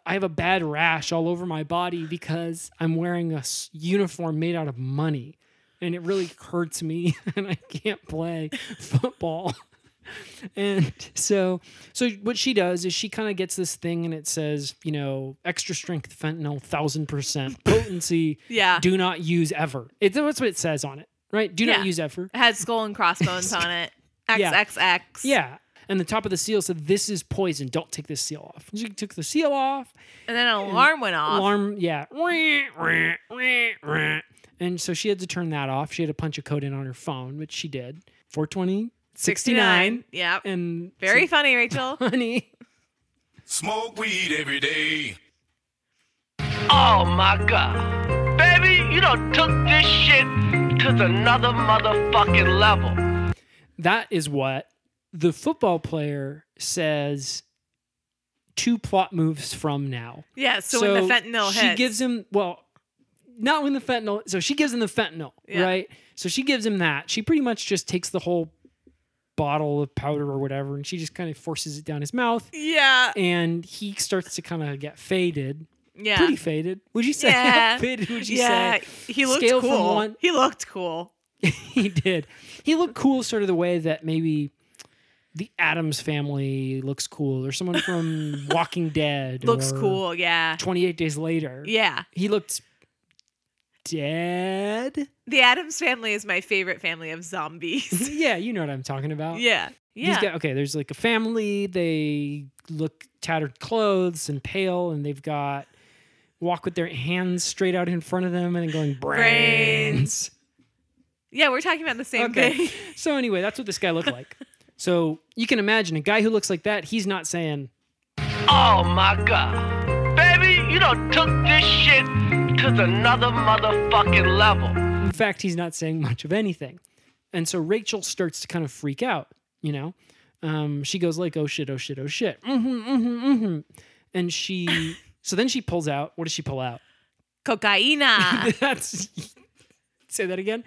I have a bad rash all over my body because I'm wearing a s- uniform made out of money, and it really hurts me, and I can't play football. And so, so what she does is she kind of gets this thing, and it says, you know, extra strength fentanyl, thousand percent potency. Yeah. Do not use ever. It, that's what it says on it, right? Do Yeah. not use ever. It had skull and crossbones on it. Yeah. XXX. Yeah. And the top of the seal said, "This is poison. Don't take this seal off." She took the seal off. And then an alarm went off. Alarm, yeah. And so she had to turn that off. She had to punch a code in on her phone, which she did. 420 69. Yep. And Very funny, Rachel. funny. Smoke weed every day. Oh my god. Baby, you done took this shit to another motherfucking level. That is what the football player says two plot moves from now. yeah. So, when the fentanyl she hits, gives him well, not when the fentanyl. So she gives him the fentanyl, Yeah. right? So she gives him that. She pretty much just takes the whole bottle of powder or whatever, and she just kind of forces it down his mouth, yeah, and he starts to kind of get faded, yeah, pretty faded. Would you say? how yeah. faded would you yeah. say? He looked Scale from cool. one- He looked cool. he did. He looked cool, sort of the way that maybe. The Adams family looks cool, or someone from Walking Dead Looks or cool. Yeah. Twenty Eight Days Later, Yeah. he looked dead. The Adams family is my favorite family of zombies. yeah, you know what I'm talking about. yeah. These Yeah. guy- okay, there's like a family. They look tattered clothes and pale, and they've got walk with their hands straight out in front of them and then going brains. yeah, we're talking about the same Okay. thing. so anyway, that's what this guy looked like. So you can imagine a guy who looks like that. He's not saying Oh my god. Baby, you done took this shit to another motherfucking level. In fact, he's not saying much of anything. And so Rachel starts to kind of freak out, you know? Um, she goes like, oh shit, oh shit, oh shit. Mm-hmm, mm-hmm, mm-hmm. And she, so then she pulls out, what does she pull out? Cocaina. That's, say that again?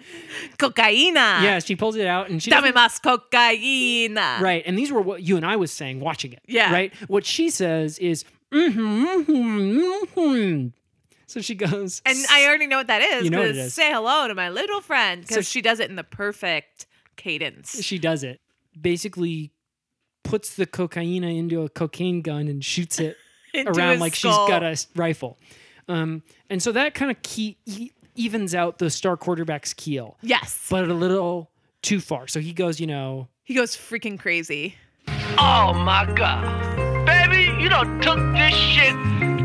Cocaina. yeah, she pulls it out and she, Dame doesn't- más cocaína. right. And these were what you and I was saying watching it. Yeah. Right. What she says is, mm-hmm, mm-hmm, mm-hmm. So she goes, And I already know what that is. You know what it 'cause is. Say hello to my little friend because So- she does it in the perfect cadence. she does it. Basically, puts the cocaine into a cocaine gun and shoots it Into around his like skull. she's got a s- rifle. Um, and so that kind of key e- evens out the star quarterback's keel, Yes. but a little too far. So he goes, you know, he goes freaking crazy. Oh my god. Baby, you done took this shit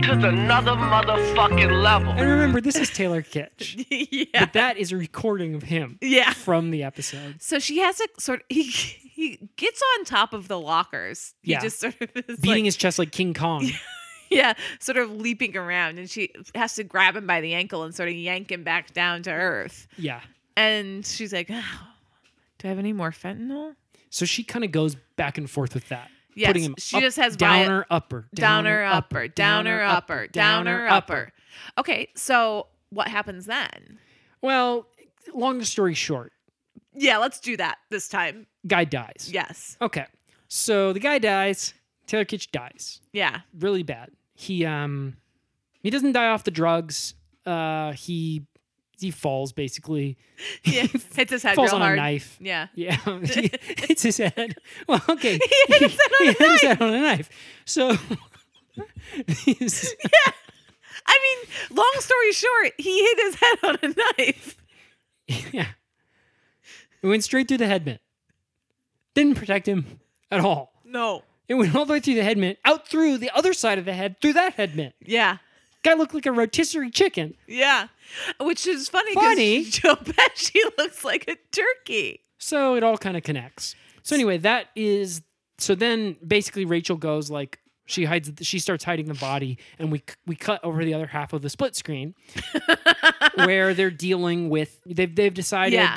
to another motherfucking level. and remember this is Taylor Kitsch, yeah. but that is a recording of him Yeah. from the episode. So she has a sort he he gets on top of the lockers. He Yeah. just sort of is Beating like- his chest like King Kong. yeah, sort of leaping around and she has to grab him by the ankle and sort of yank him back down to earth. Yeah. And she's like, "Oh, "Do I have any more fentanyl?" So she kind of goes back and forth with that. Yes, putting him she up, just has vi- downer upper Downer upper, downer upper, downer upper. Okay, so what happens then? Well, long story short, Yeah, let's do that this time. guy dies. Yes. Okay. So the guy dies. Taylor Kitsch dies Yeah. really bad. He um he doesn't die off the drugs. Uh he he falls basically. Yeah. Hits his head falls on real hard. a knife. Yeah. Yeah, he hits his head. Well, okay, He hit his head on a He hit his head on a knife. So He's- I mean, long story short, he hit his head on a knife. yeah. It went straight through the head mitt. Didn't protect him at all. No. It went all the way through the head mitt, out through the other side of the head, through that head mitt. Yeah. Guy looked like a rotisserie chicken. Yeah. Which is funny Funny. because Joe Pesci looks like a turkey. So it all kind of connects. So anyway, that is so then basically Rachel goes like she hides she starts hiding the body and we we cut over the other half of the split screen where they're dealing with they've they've decided Yeah.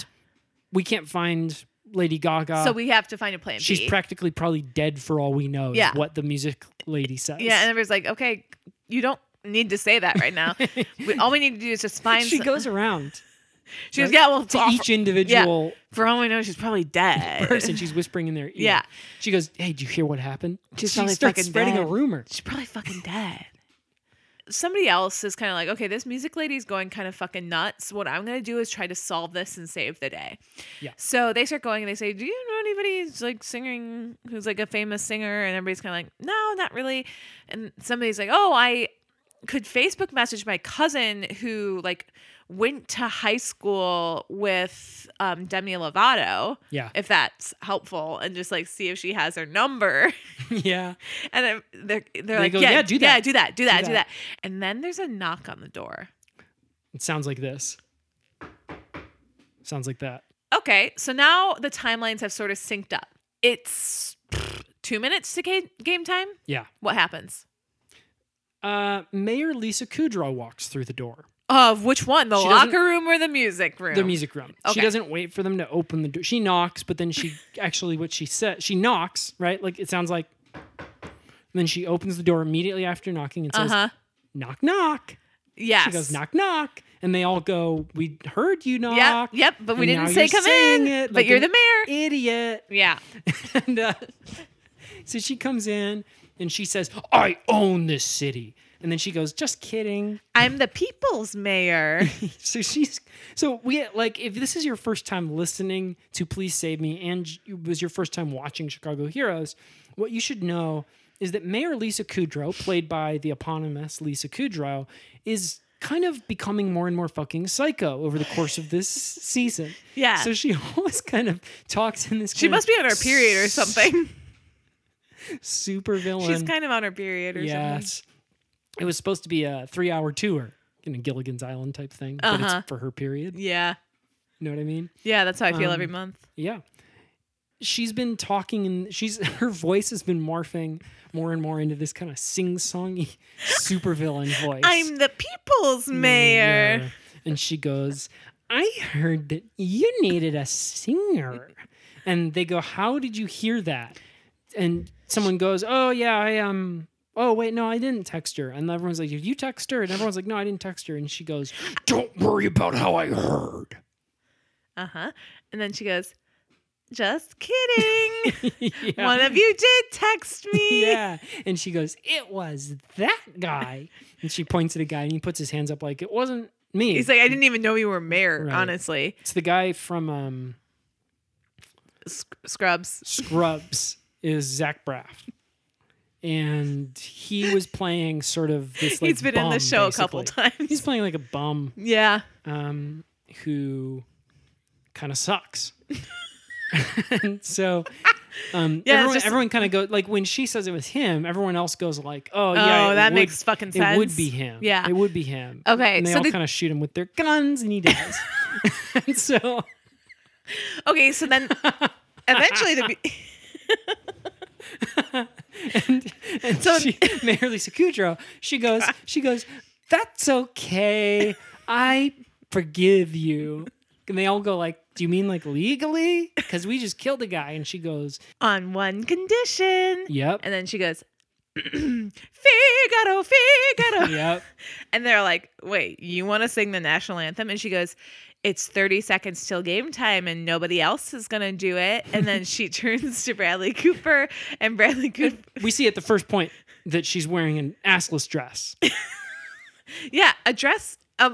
we can't find Lady Gaga. so we have to find a plan B. she's practically probably dead for all we know is Yeah. what the music lady says. Yeah, and everybody's like, okay, you don't need to say that right now. we, all we need to do is just find. she some- goes around She goes, yeah, well, to for all, each individual for all we know, she's probably dead. person. She's whispering in their ear. Yeah. She goes, Hey, did you hear what happened? She's she probably starts fucking spreading a dead. rumor. She's probably fucking dead. Somebody else is kind of like, okay, this music lady's going kind of fucking nuts. What I'm gonna do is try to solve this and save the day. Yeah. So they start going and they say, "Do you know anybody who's like singing who's like a famous singer?" And everybody's kind of like, "No, not really." And somebody's like, "Oh, I could Facebook message my cousin who like went to high school with um, Demi Lovato, Yeah. if that's helpful, and just like see if she has her number." yeah. And I'm- they're they're They like, go, yeah, "Yeah, do yeah, that. do that, do that, do that." that. And then there's a knock on the door. It sounds like this. Sounds like that. Okay, so now the timelines have sort of synced up. It's pff, two minutes to ga- game time. Yeah. What happens? Uh, Mayor Lisa Kudrow walks through the door, Of which one, the She doesn't- locker room or the music room? the music room. She Okay. doesn't wait for them to open the door. She knocks, but then she actually, what she said, she knocks, right? Like it sounds like. And then she opens the door immediately after knocking and Uh says, huh. knock, knock. Yes. She goes, knock, knock. And they all go, we heard you knock. Yep. Yep. But and we didn't now say you're come in. saying it but like you're an the mayor. Idiot. Yeah. and uh, so she comes in and she says, "I own this city." And then she goes, "Just kidding." I'm the people's mayor. So she's so we like if this is your first time listening to Please Save Me and it was your first time watching Chicago Heroes, what you should know is that Mayor Lisa Kudrow, played by the eponymous Lisa Kudrow, is kind of becoming more and more fucking psycho over the course of this season. Yeah. So she always kind of talks in this. she must be on her period or something. Super villain. She's kind of on her period or something. Yes. It was supposed to be a three hour tour in a Gilligan's Island type thing, but Uh-huh. it's for her period. You Yeah. know what I mean? Yeah. That's how I feel Um, every month. Yeah. She's been talking and she's her voice has been morphing more and more into this kind of sing songy supervillain voice. I'm the people's mayor. Yeah. And she goes, I heard that you needed a singer. And they go, How did you hear that? And someone goes, Oh yeah, I um oh wait, no, I didn't text her. And everyone's like, Did you text her? And everyone's like, No, I didn't text her. And she goes, Don't worry about how I heard. Uh huh. And then she goes, Just kidding. yeah. One of you did text me. yeah. And she goes, It was that guy. And she points at a guy and he puts his hands up like it wasn't me. He's like, I didn't even know you were mayor, Right. honestly. it's the guy from um Sc- Scrubs. Scrubs is Zach Braff. And he was playing sort of this like He's been in the bum, show a couple basically. times. He's playing like a bum Yeah. um, who kind of sucks. and so um, Yeah, it's everyone, just- everyone kind of go like when she says it was him, everyone else goes like, "Oh Oh, yeah, it that would- makes fucking It would sense. be him. Yeah. it would be him. Okay, and they so all the- kind of shoot him with their guns, and he dies. and so Okay. So then eventually the. Be- and, and So- she, Mayor Lisa Kudrow, she goes, she goes, that's okay. I forgive you. And they all go like, do you mean like legally? Because we just killed a guy. And she goes, on one condition. yep, And then she goes, Figaro, Figaro. yep. And they're like, wait, you want to sing the national anthem? And she goes, it's 30 seconds till game time and nobody else is going to do it. And then she turns to Bradley Cooper and Bradley Cooper. We see at the first point that she's wearing an assless dress. Yeah, a dress, a,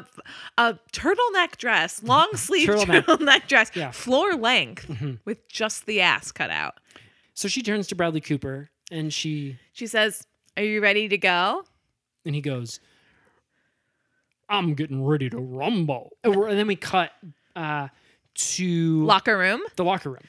a turtleneck dress, long sleeve Turtleneck. turtleneck. Mm-hmm. dress, Yeah. floor length with just the ass cut out. So she turns to Bradley Cooper and she, She says, Are you ready to go? And he goes, I'm getting ready to rumble. And, we're, and then we cut uh, to Locker room. the locker room.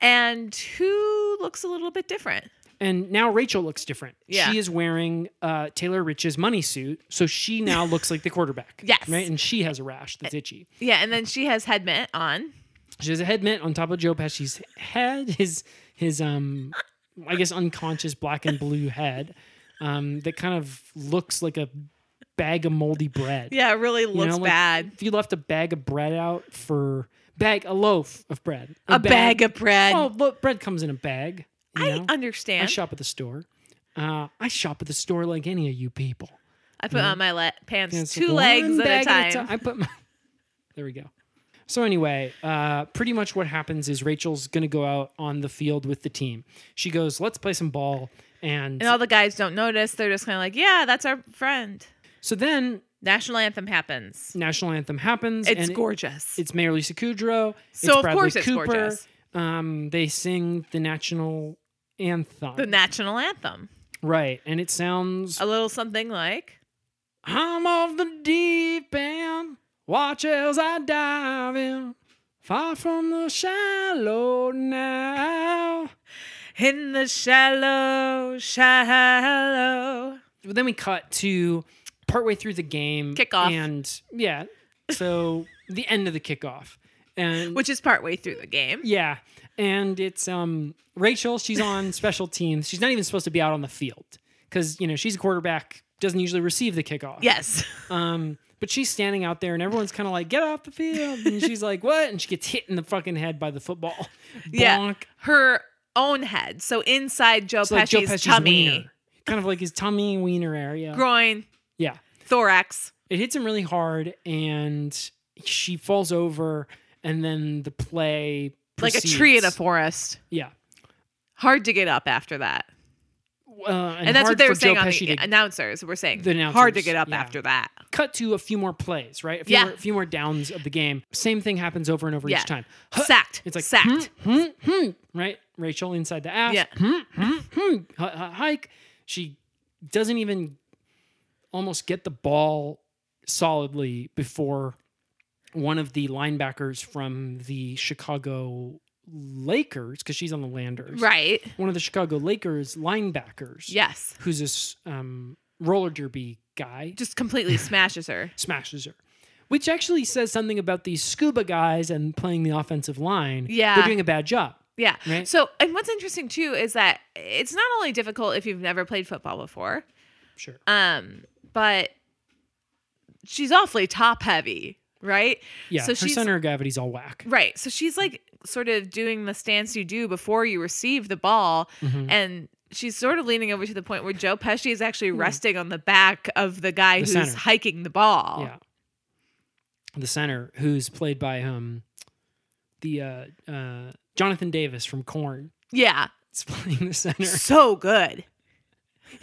And who looks a little bit different? And now Rachel looks different. Yeah. She is wearing uh, Taylor Rich's money suit. So she now looks like the quarterback. Yes. Eh, Right? And she has a rash that's itchy. Yeah, and then she has head mitt on. She has a head mitt on top of Joe Pesci's head, his his um I guess unconscious black and blue head, um, that kind of looks like a bag of moldy bread. Yeah, it really You know, looks like, bad. If you left a bag of bread out for bag a loaf of bread. A bag, Oh, of bread. Well, look, bread comes in a bag. you I know? I understand. shop at the store. Uh, I shop at the store like any of you people. I put on my le- pants It's two like legs one at a bag time. I put my. There we go. So anyway, uh, pretty much what happens is Rachel's gonna go out on the field with the team. She goes, "Let's play some ball," and, And all the guys don't notice. They're just kind of like, yeah, that's our friend. so then National anthem happens. national anthem happens. It's and gorgeous. It's Mayor Lisa Kudrow. So, it's of Bradley course it's Cooper. gorgeous. Um, they sing the national anthem, the national anthem. right? And it sounds A little something like, I'm off the deep end. Watch as I dive in. Far from the shallow now. in the shallow, shallow. But then we cut to partway through the game. Kickoff. And yeah. So the end of the kickoff. And Which is partway through the game. yeah. And it's um Rachel, she's on special teams. She's not even supposed to be out on the field. Because, you know, she's a quarterback, doesn't usually receive the kickoff. Yes. Um, but she's standing out there, and everyone's kind of like, "Get off the field!" And she's like, "What?" And she gets hit in the fucking head by the football. Yeah. Bonk. Her own head. So inside Joe, It's Pesci's, like Joe Pesci's tummy, wiener, kind of like his tummy wiener area. groin, yeah, thorax. it hits him really hard, and she falls over, and then the play Like a tree in a proceeds. forest. Yeah, Hard to get up after that. uh, And, that's what hard they for were saying Joe on Pesci the to announcers. We're saying The announcers, hard to get up yeah. after that. cut to a few more plays, right? A few, Yeah. more, a few more downs of the game. Same thing happens over and over Yeah. each time. Sacked. It's like Sacked. Hmm, hmm, hmm, right? Rachel inside the ass. Yeah. Hmm, hmm, hmm. H- h- hike. She doesn't even almost get the ball solidly before one of the linebackers from the Chicago Lakers, because she's on the Landers. Right. One of the Chicago Lakers linebackers. Yes. Who's this um, roller derby guy? Just completely smashes her. smashes her. Which actually says something about these scuba guys and playing the offensive line. Yeah. They're doing a bad job. Yeah. Right. So, and what's interesting too is that it's not only difficult if you've never played football before, Sure. um, but she's awfully top heavy, right? Yeah. So her she's center of gravity's all whack. right. So she's like sort of doing the stance you do before you receive the ball, Mm-hmm. and she's sort of leaning over to the point where Joe Pesci is actually resting on the back of the guy Hmm. The who's center. hiking the ball. Yeah. The center, who's played by um the uh, uh Jonathan Davis from Corn. Yeah. is playing the center. So good.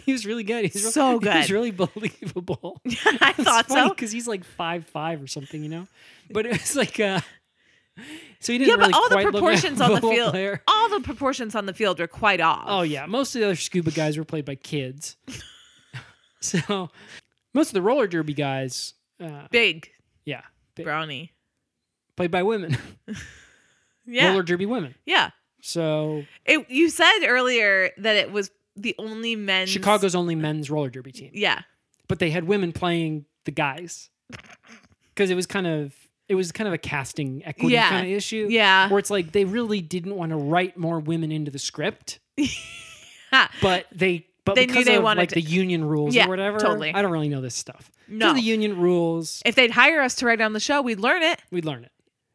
He was really good. He's real- So He was good. really believable. I thought so. because he's like five five or something, you know. But it was like uh, so he didn't Yeah, really but all quite the look like proportions a on the football field, player. all the proportions on the field were quite off. Oh yeah, most of the other scuba guys were played by kids. so most of the roller derby guys, uh, big yeah, they- brownie. played by women, Yeah, roller derby women. yeah. So It, you said earlier that it was the only men's Chicago's only men's roller derby team, Yeah, but they had women playing the guys because it was kind of it was kind of a casting equity Yeah. kind of issue. Yeah. where it's like they really didn't want to write more women into the script, Ha. but they. But They knew because they of wanted like to- the union rules Yeah, or whatever, totally. I don't really know this stuff. No. So the union rules, if they'd hire us to write down the show, we'd learn it. we'd learn it.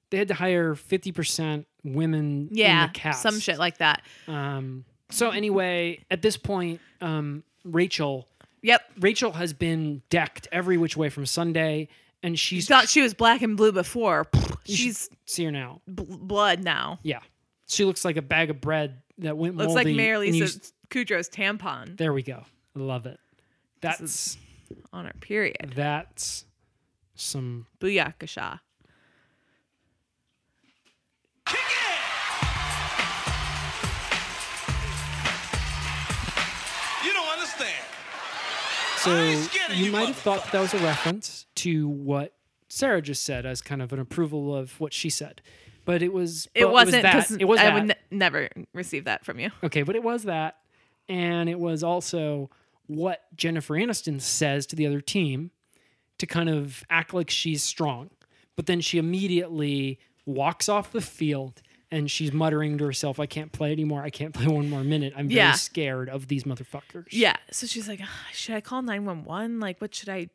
They had to hire fifty percent women. Yeah, in the cast. some shit like that. Um, so anyway, at this point, um, Rachel, Yep, Rachel has been decked every which way from Sunday, and you she's thought she was black and blue before. you should She's see her now. bl- blood now. Yeah, she looks like a bag of bread that went Looks moldy. like Mary and you Lisa s- Kudrow's tampon there we go. I love it. That's is- on her period. that's some Booyakasha. You don't understand. So you might have thought that, that was a reference to what Sarah just said as kind of an approval of what she said, but it was but It wasn't that. because it was I that. would n- never receive that from you. Okay, but it was that. And it was also what Jennifer Aniston says to the other team to kind of act like she's strong. But then she immediately walks off the field and she's muttering to herself, I can't play anymore. I can't play one more minute. I'm very Yeah. scared of these motherfuckers. Yeah. So she's like, "Ugh, should I call nine one one? Like, what should I?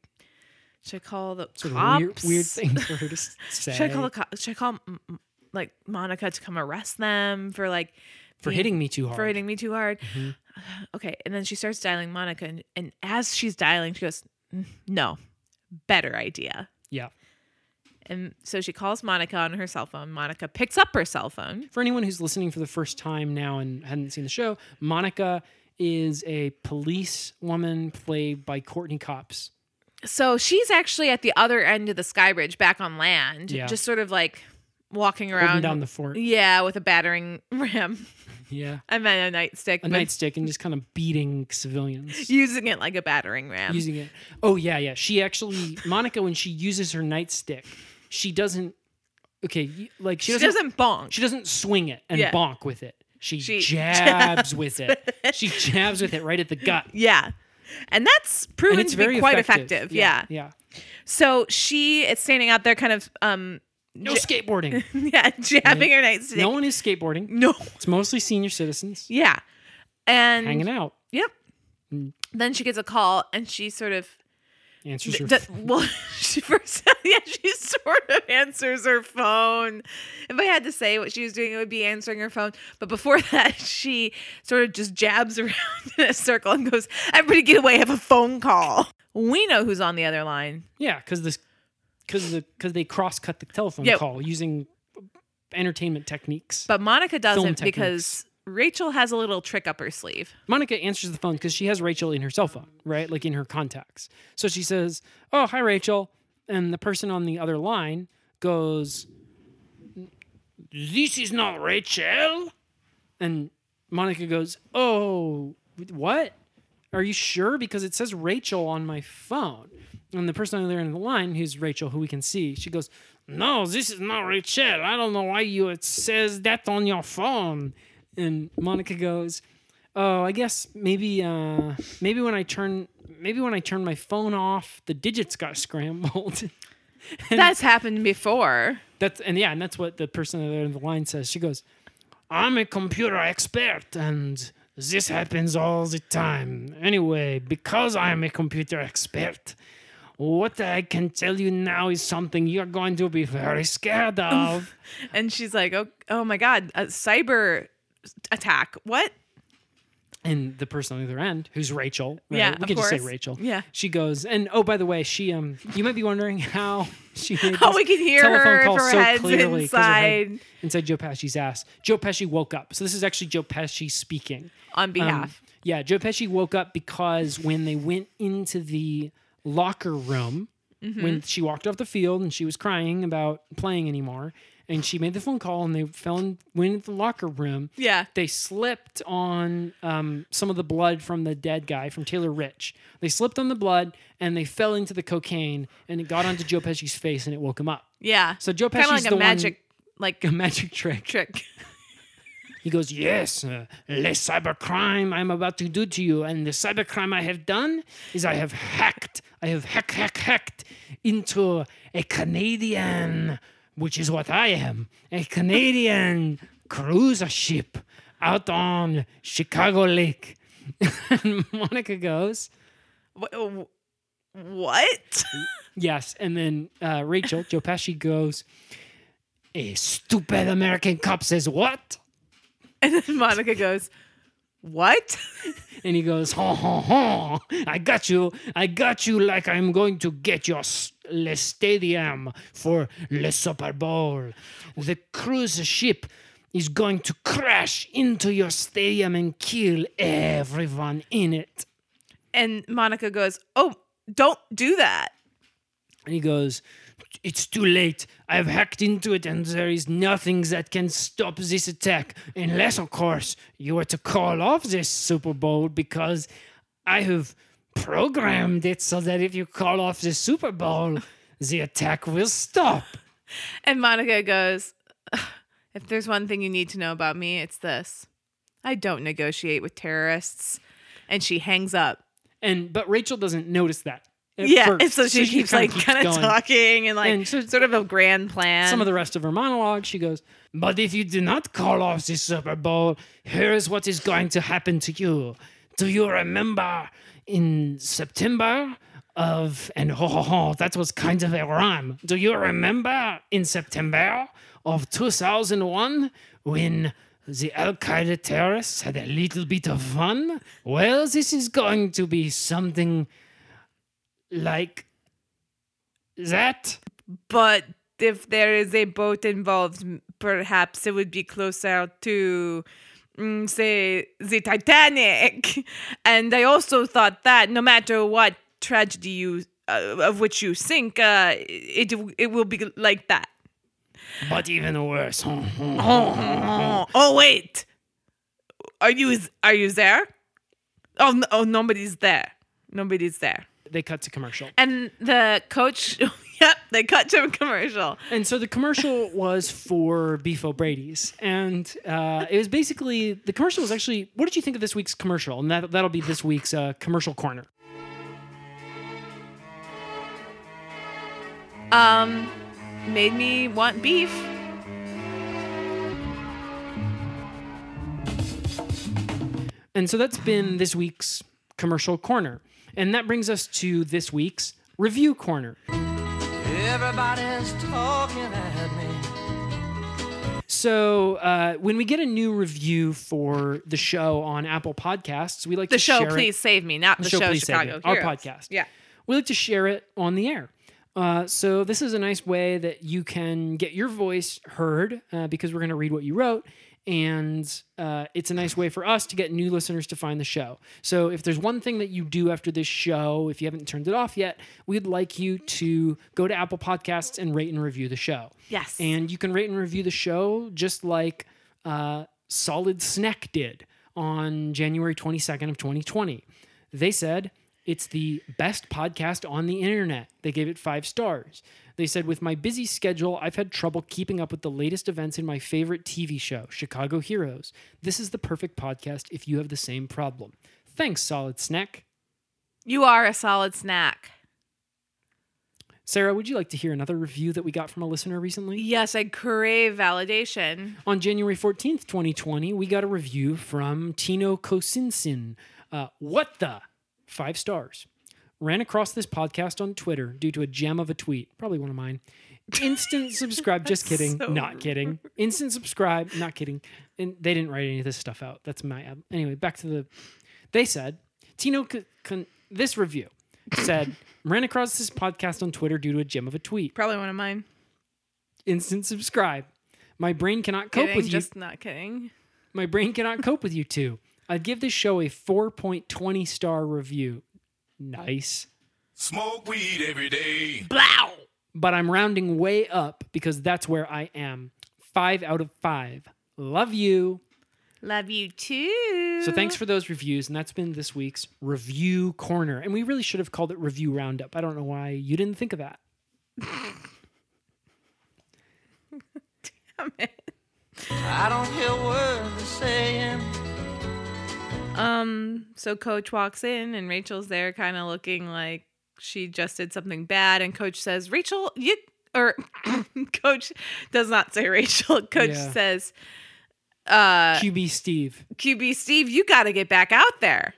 Should I call the Sort of cops? weird, weird thing for her to s- say. Should I call the cops? Should I call mm, mm, like Monica to come arrest them for like for being- hitting me too hard. Mm-hmm. for hitting me too hard? Okay. And then she starts dialing Monica, and, and as she's dialing, she goes, "Mm, no, better idea. Yeah. And so she calls Monica on her cell phone. Monica picks up her cell phone. for anyone who's listening for the first time now and hadn't seen the show, Monica is a police woman played by Courtney Cops. So she's actually at the other end of the sky bridge back on land, Yeah. just sort of like walking Holding around. down the fort. yeah, with a battering ram. Yeah. I meant a nightstick. A but nightstick and just kind of beating civilians. Using it like a battering ram. Using it. Oh, yeah, yeah. She actually, Monica, when she uses her nightstick, she doesn't, okay, y- like she she doesn't, doesn't bonk. she doesn't swing it and Yeah. bonk with it. She, She jabs, with it. She jabs with it right at the gut. yeah. And that's And proven it's to very be quite effective. effective. Yeah. Yeah. So she is standing out there kind of um No skateboarding. yeah, jabbing her nightstick. no one is skateboarding. no. It's mostly senior citizens Yeah. And hanging out. Mm. Yep. Then she gets a call and she sort of Answers her. d- well she first yeah, she sort of answers her phone. If I had to say what she was doing, it would be answering her phone. But before that, she sort of just jabs around in a circle and goes, Everybody get away, I have a phone call. We know who's on the other line. yeah, because this, because the because they cross cut the telephone Yeah. call using entertainment techniques. But Monica Film doesn't techniques. because Rachel has a little trick up her sleeve. Monica answers the phone because she has Rachel in her cell phone, right? Like in her contacts. So she says, "Oh, hi, Rachel," and the person on the other line goes, "This is not Rachel," and Monica goes, "Oh, what?" Are you sure? Because it says Rachel on my phone. And the person on the other end of the line, who's Rachel, who we can see, she goes, No, this is not Rachel. I don't know why you it says that on your phone. And Monica goes, Oh, I guess maybe uh maybe when I turn maybe when I turned my phone off, the digits got scrambled. That's happened before. That's and yeah, and that's what the person on the other end of the line says. She goes, "I'm a computer expert, and this happens all the time. Anyway, because I'm a computer expert, what I can tell you now is something you're going to be very scared of. And she's like, Oh, oh my God, a cyber attack. What? and the person on the other end, who's Rachel, right? Yeah, we of can just say course. Rachel. Yeah. she goes, and oh, by the way, she um, you might be wondering how she made How this we can hear telephone her call if her so head's clearly 'cause her head- inside. inside Joe Pesci's ass. Joe Pesci woke up, so this is actually Joe Pesci speaking. On Um, behalf. yeah, Joe Pesci woke up because when they went into the locker room, Mm-hmm. when she walked off the field and she was crying about playing anymore, and she made the phone call and they fell and went into the locker room. yeah. They slipped on um, some of the blood from the dead guy from Taylor Rich. They slipped on the blood and they fell into the cocaine and it got onto Joe Pesci's face and it woke him up. Yeah. So Joe kind of Pesci's like the a magic, like one, a magic trick. trick. He goes, "Yes, uh, less cybercrime I'm about to do to you, and the cybercrime I have done is I have hacked, I have hack hack hacked into a Canadian, which is what I am, a Canadian cruiser ship out on Chicago Lake." and Monica goes, Wh- wh- What? Yes, and then uh, Rachel Joe Pesci goes, "A stupid American cop says what?" And then Monica goes, What? And he goes, ho, ho, ho, I got you. I got you like I'm going to get your s- Le Stadium for Le Super Bowl. The cruise ship is going to crash into your stadium and kill everyone in it. And Monica goes, Oh, don't do that. And he goes, It's too late. I've hacked into it, and there is nothing that can stop this attack. Unless, of course, you were to call off this Super Bowl because I have programmed it so that if you call off the Super Bowl, the attack will stop. And Monica goes, If there's one thing you need to know about me, it's this I don't negotiate with terrorists. And she hangs up. And but Rachel doesn't notice that. at yeah. first, And so she, keeps kinda like kind of going. talking and like And so- sort of a grand plan. Some of the rest of her monologue, she goes, But if you do not call off the Super Bowl, here's what is going to happen to you. Do you remember in September of, and ho ho ho, that was kind of a rhyme. Do you remember in September of 2001 when the Al Qaeda terrorists had a little bit of fun? Well, this is going to be something like that. but if there is a boat involved, m- perhaps it would be closer to, mm, say, the Titanic. And I also thought that no matter what tragedy you uh, of which you sink, uh, it it will be like that. But even worse. Oh, oh wait, are you are you there? Oh, no, oh nobody's there. Nobody's there. they cut to commercial. And the coach, yep, they cut to a commercial. And so the commercial was for Beef O'Brady's. And uh, it was basically the commercial was actually, what did you think of this week's commercial? And that, that'll be this week's uh, commercial corner. um made me want beef And so that's been this week's commercial corner. And that brings us to this week's review corner. Everybody's talking at me. So uh, when we get a new review for the show on Apple Podcasts, we like the to show share it- please save me not the, show, Please Save chicago Me, our Heroes. podcast. yeah we like to share it on the air. Uh, so this is a nice way that you can get your voice heard uh, because we're going to read what you wrote, and uh, it's a nice way for us to get new listeners to find the show. So if there's one thing that you do after this show, if you haven't turned it off yet, we'd like you to go to Apple Podcasts and rate and review the show. Yes. and you can rate and review the show just like uh, Solid Snack did on January 22nd of 2020. They said it's the best podcast on the internet. They gave it five stars. They said, with my busy schedule, I've had trouble keeping up with the latest events in my favorite TV show, Chicago Heroes. This is the perfect podcast if you have the same problem. Thanks, Solid Snack. you are a solid snack Sarah, would you like to hear another review that we got from a listener recently? yes i crave validation On January 14th, 2020, we got a review from Tino Kosinsin. Uh, what the? Five stars. Ran across this podcast on Twitter due to a gem of a tweet, probably one of mine. Instant subscribe, just kidding, so not kidding. Instant subscribe, not kidding. And they didn't write any of this stuff out. That's my ab- anyway. Back to the. They said Tino c- con- this review said ran across this podcast on Twitter due to a gem of a tweet. probably one of mine Instant subscribe. My brain cannot cope kidding, with you. just not kidding My brain cannot cope with you two. I'd give this show a 4.20 star review. Nice. Smoke weed every day. blow But I'm rounding way up because that's where I am. Five out of five. Love you. love you too So thanks for those reviews. And that's been this week's Review Corner. And we really should have called it Review Roundup. I don't know why you didn't think of that. I don't hear words they're saying. um so coach walks in and rachel's there kind of looking like she just did something bad and coach says rachel you or coach does not say rachel coach Yeah. says uh QB Steve. QB Steve, you got to get back out there.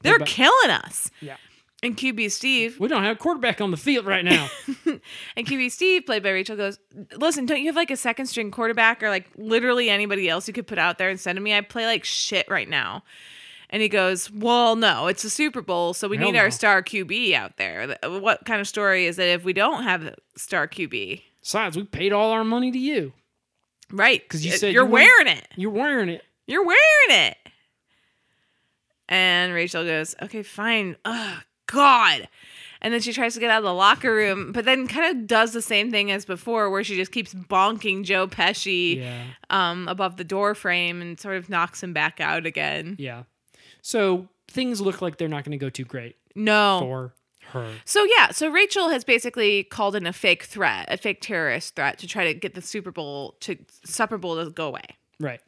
They're bu- killing us. Yeah. And QB Steve, We don't have a quarterback on the field right now. and QB Steve, played by Rachel, goes, Listen, don't you have like a second string quarterback or like literally anybody else you could put out there instead of me? I play like shit right now. And he goes, Well, no, it's a Super Bowl, so we Hell need no. our star QB out there. Th- What kind of story is it if we don't have a star QB? Besides, we paid all our money to you. Right. 'Cause you Y- said Uh, you're you wouldn't- wearing it. You're wearing it. You're wearing it. And Rachel goes, Okay, fine. Ugh, God. And then she tries to get out of the locker room, but then kind of does the same thing as before, where she just keeps bonking Joe Pesci Yeah. um, above the door frame and sort of knocks him back out again. Yeah. So things look like they're not going to go too great. No. for her. So yeah, so Rachel has basically called in a fake threat, a fake terrorist threat to try to get the Super Bowl to Super Bowl to go away. Right.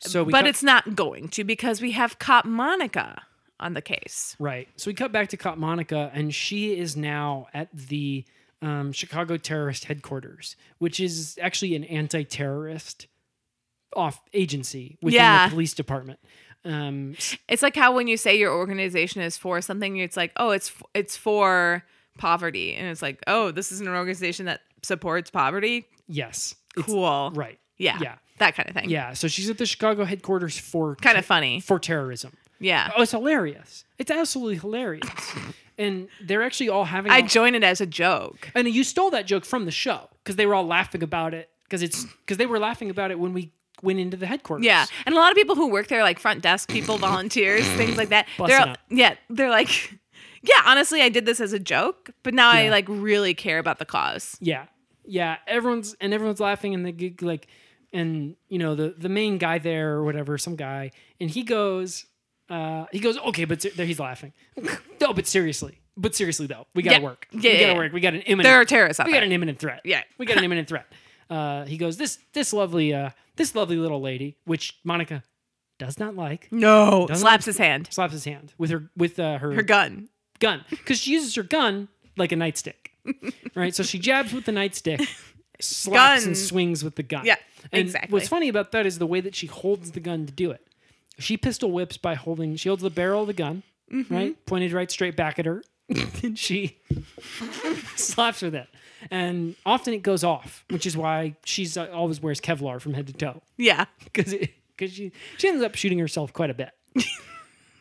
So we Uh, but cut- it's not going to because we have cop Monica on the case. Right. So we cut back to Cop Monica, and she is now at the um, Chicago terrorist headquarters, which is actually an anti-terrorist off agency within Yeah. the police department. Um, s- It's like how when you say your organization is for something, it's like, "Oh, it's f- it's for poverty." And it's like, "Oh, this is an organization that supports poverty." yes. Cool. Right. Yeah. Yeah. That kind of thing. Yeah. So she's at the Chicago headquarters for Kind of funny. for terrorism. Yeah. Oh, it's hilarious. It's absolutely hilarious. and they're actually all having. I a- joined it as a joke. And you stole that joke from the show because they were all laughing about it because it's because they were laughing about it when we went into the headquarters. Yeah, and a lot of people who work there, like front desk people, volunteers, things like that. Busting they're up. yeah, they're like, yeah. Honestly, I did this as a joke, but now I Yeah. like really care about the cause. Yeah. Yeah. Everyone's and everyone's laughing and the gig like and you know the the main guy there or whatever, some guy, and he goes uh he goes, Okay, but ser- there he's laughing. no, but seriously. But seriously though, we gotta Yeah. work. we Yeah, yeah, gotta yeah. work. We got an imminent There are terrorists out We got there. an imminent threat. Yeah. We got an imminent threat. Uh he goes, This this lovely uh this lovely little lady, which Monica does not like, No, Doesn't slaps his hand, slaps his hand with her with uh, her gun. gun because she uses her gun like a nightstick, right? So she jabs with the nightstick, slaps Gun. and swings with the gun. Yeah, and exactly. What's funny about that is the way that she holds the gun to do it. She pistol whips by holding. She holds the barrel of the gun, Mm-hmm. right, pointed right straight back at her, and she slaps with it. And often it goes off, which is why she's uh, always wears Kevlar from head to toe Yeah, because because she she ends up shooting herself quite a bit.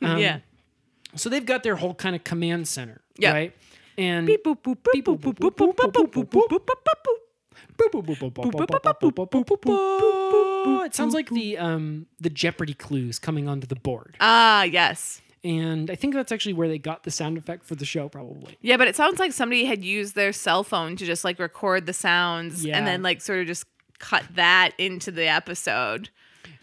Um, yeah. So they've got their whole kind of command center, Yeah. right? And Beep, boop, boop, boop, beep, boop, boop, boop, boop, boop, boop, boop, boop, boop, boop, boop. it sounds like the um the Jeopardy clues coming onto the board, Ah, yes. and I think that's actually where they got the sound effect for the show, probably. Yeah, but it sounds like somebody had used their cell phone to just like record the sounds Yeah. and then like sort of just cut that into the episode.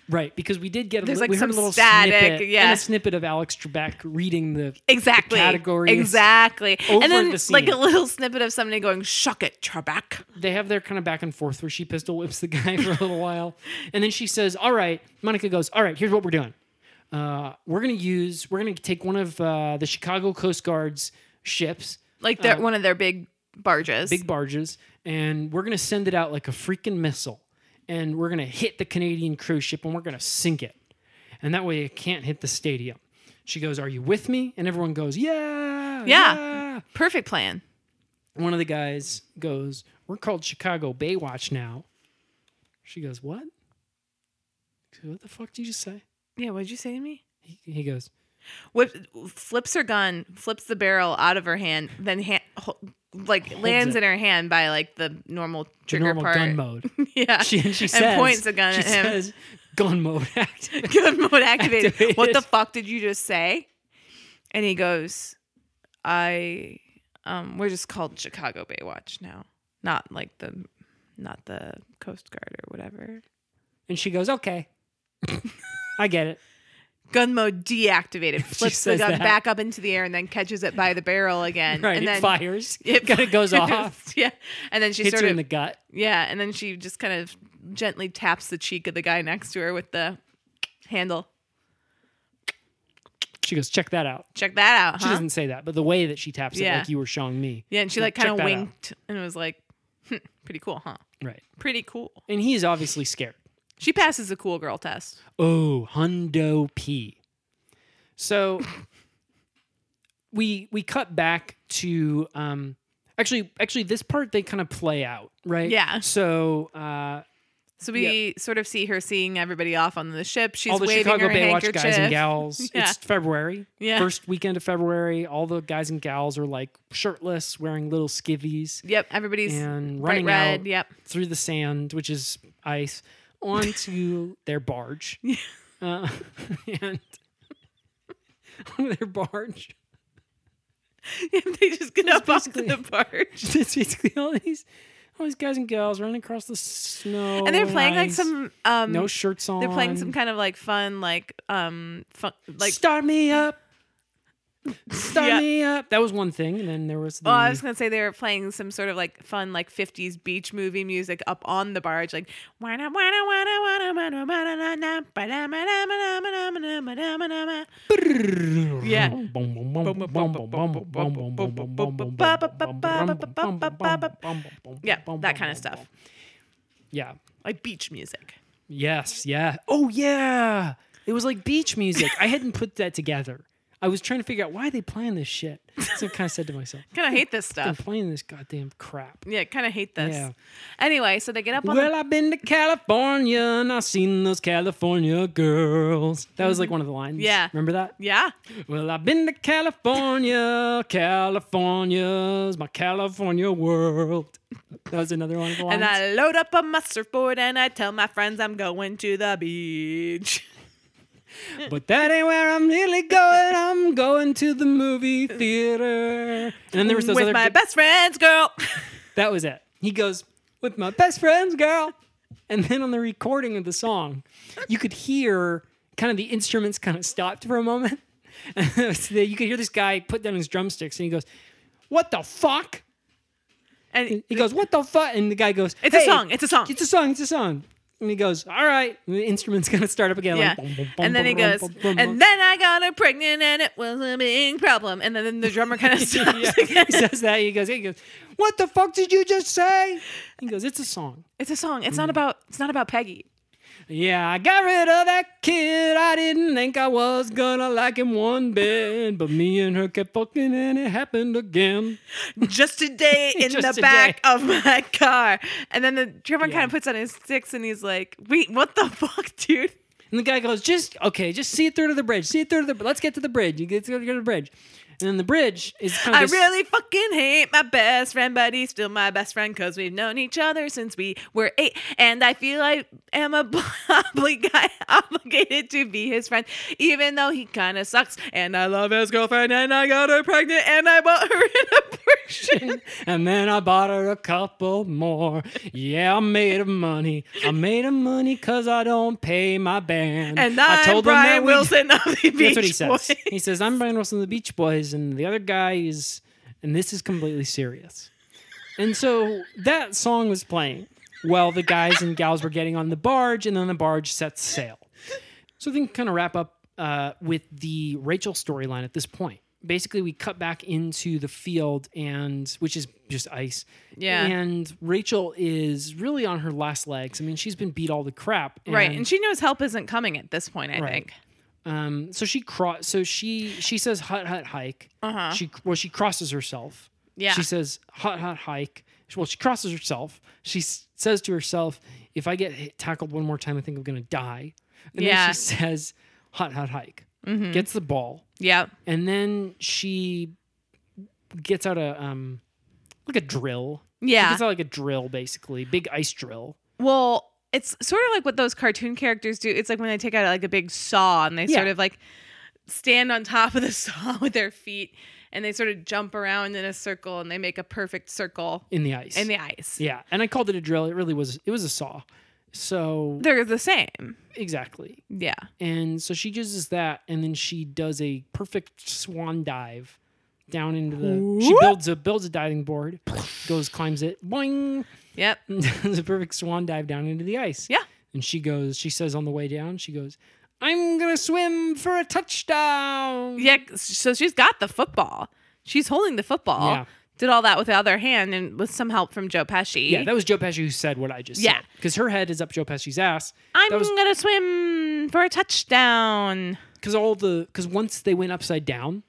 Right, because we did get a, There's, li- like, we heard some a little static, snippet yeah. and a snippet of Alex Trebek reading the Exactly. categories Exactly. over and then the like a scene. little snippet of somebody going, "Shuck it, Trebek." they have their kind of back and forth where she pistol whips the guy for a little while, and then she says, "All right." Monica goes, "All right, here's what we're doing. Uh, we're gonna use we're gonna take one of uh, the Chicago Coast Guard's ships, Like they're one of their big barges. Uh-huh. big barges, and we're gonna send it out like a freaking missile, and we're gonna hit the Canadian cruise ship, and we're gonna sink it, and that way it can't hit the stadium." She goes, "Are you with me?" And everyone goes, "Yeah, Yeah. yeah." Perfect plan. one of the guys goes, "We're called Chicago Baywatch now." She goes, "What?" She goes, what the fuck did you just say? Yeah, what'd you say to me? He, he goes, Whip, flips her gun, flips the barrel out of her hand, then ha- ho- like lands it. in her hand by like the normal "The trigger normal part. gun mode." Yeah, She and she and says, points a gun she at him. Says, gun mode active. gun mode activated. Activated. What the fuck did you just say? And he goes, I um we're just called Chicago Baywatch now. Not like the not the Coast Guard or whatever. And she goes, "Okay, I get it." Gun mode deactivated. Flips the says gun that. back up into the air and then catches it by the barrel again. Right, and it then fires. it It kind of goes fires. off. Yeah. And then she Hits sort her of in the gut. Yeah, and then she just kind of gently taps the cheek of the guy next to her with the handle. She goes, "Check that out." Check that out, She huh? doesn't say that, but the way that she taps it, Yeah. like you were showing me. Yeah, and she like Check kind of that out. winked and was like, "Hmm, "Pretty cool, huh? Right. Pretty cool." And he is obviously scared. She passes the cool girl test. Oh, Hundo P. So we we cut back to um actually actually this part they kind of play out, right? Yeah. So uh So we sort of see her seeing everybody off on the ship. She's all the waving Chicago her Baywatch handkerchief. guys and gals. Yeah. It's February. Yeah. First weekend of February, all the guys and gals are like shirtless, wearing little skivvies Yep, everybody's and bright running red. out Yep, through the sand, which is ice, onto their barge. Uh, and onto their barge. they just get up off basically- the barge. It's basically all these all these guys and gals running across the snow. And they're playing like ice, some um no shirts on. they're playing some kind of like fun like um fun like start me up. Start Yeah. me up. That was one thing. And then there was the. Well, I was gonna say they were playing some sort of like fun like '50s beach movie music up on the barge, like "Wana, wana, wana, wana, wana, wana, na, na, ba-da, ma-da, ma-da, ma-da, ma-da, ma-da, ma-da, ma-da." Yeah. Yeah, that kind of stuff, Yeah. like beach music. Yes. Yeah. Oh, yeah. It was like beach music. I hadn't put that together. I was trying to figure out why are they playing this shit. So I kind of said to myself, Kind of hate this "They're stuff. playing this goddamn crap." Yeah, kind of hate this. Yeah. Anyway, so they get up on Well, I've been to California and I've seen those California girls. That was like one of the lines. Yeah. Remember that? the yeah. Well, I've been to California. California's my California world. That was another one of the lines. And I load up on my surfboard and I tell my friends I'm going to the beach. but that ain't where I'm really going. I'm going to the movie theater. And then there was those With other. my bit- best friends, girl. that was it. He goes with my best friends, girl. And then on the recording of the song, you could hear kind of the instruments kind of stopped for a moment. So that you could hear this guy put down his drumsticks and he goes, "What the fuck?" And He goes, "What the fuck?" And the guy goes, It's a "Hey, song, it's a song." It's a song. It's a song." And he goes, "All right." And the instrument's gonna start up again. yeah. Like, boom, boom, boom, And then he boom, goes, boom, boom, boom. and then I got her pregnant and it was a big problem. And then the drummer kind of stops yeah, again. he says that. He goes, "He goes, what the fuck did you just say?" He goes, "It's a song." It's a song. It's not about it's not about Peggy. Yeah, I got rid of that kid. I didn't think I was gonna like him one bit, but me and her kept fucking, and it happened again. Just today in Just the today. back of my car. And then the drummer Yeah. kind of puts on his sticks and he's like, Wait, what the fuck, dude? And the guy goes, "Just okay, just see it through to the bridge. See it through to the. Let's get to the bridge. You get to go to the bridge." And then the bridge is kind of I this- really fucking hate my best friend, but he's still my best friend because we've known each other since we were eight. And I feel I am ob- obli- obligated to be his friend, even though he kind of sucks. And I love his girlfriend, and I got her pregnant, and I bought her an abortion. And then I bought her a couple more. Yeah, I made of money. I made of money cause I don't pay my band. And I I'm Brian we- Wilson of the Beach That's what he says. Boys. He says, I'm Brian Wilson of the Beach Boys, and the other guy is and this is completely serious. And so that song was playing while the guys and gals were getting on the barge, and then the barge sets sail. So I think kind of wrap up uh, with the Rachel storyline at this point. Basically, we cut back into the field, and which is just ice. Yeah. And Rachel is really on her last legs. I mean, she's been beat all the crap. Right. And she knows help isn't coming at this point, I Right. think. um, so she cro- So she she says hut hut hike. Uh-huh. She well she crosses herself. Yeah. She says hut hut hike. Well, she crosses herself. She s- says to herself, "If I get hit, tackled one more time, I think I'm gonna die." And Yeah. Mm-hmm. then she says, "Hut hut hike." Gets the ball, Yeah. and then she gets out a um like a drill. She Yeah. gets out like a drill, basically big ice drill. Well, it's sort of like what those cartoon characters do. It's like when they take out like a big saw and they Yeah. sort of like stand on top of the saw with their feet and they sort of jump around in a circle and they make a perfect circle in the ice. in the ice. yeah, and I called it a drill. It really was. It was a saw. So They're the same. exactly. Yeah. And so she uses that, and then she does a perfect swan dive down into the. She Whoop. builds a builds a diving board, goes climbs it, boing, Yep. and does a perfect swan dive down into the ice. Yeah. And she goes. She says on the way down, she goes, "I'm gonna swim for a touchdown." Yeah. So she's got the football. She's holding the football. Yeah. Did all that with the other hand and with some help from Joe Pesci. Yeah, that was Joe Pesci who said what I just Yeah. said. Because her head is up Joe Pesci's ass. I'm that was- gonna swim for a touchdown. Because all the because once they went upside down,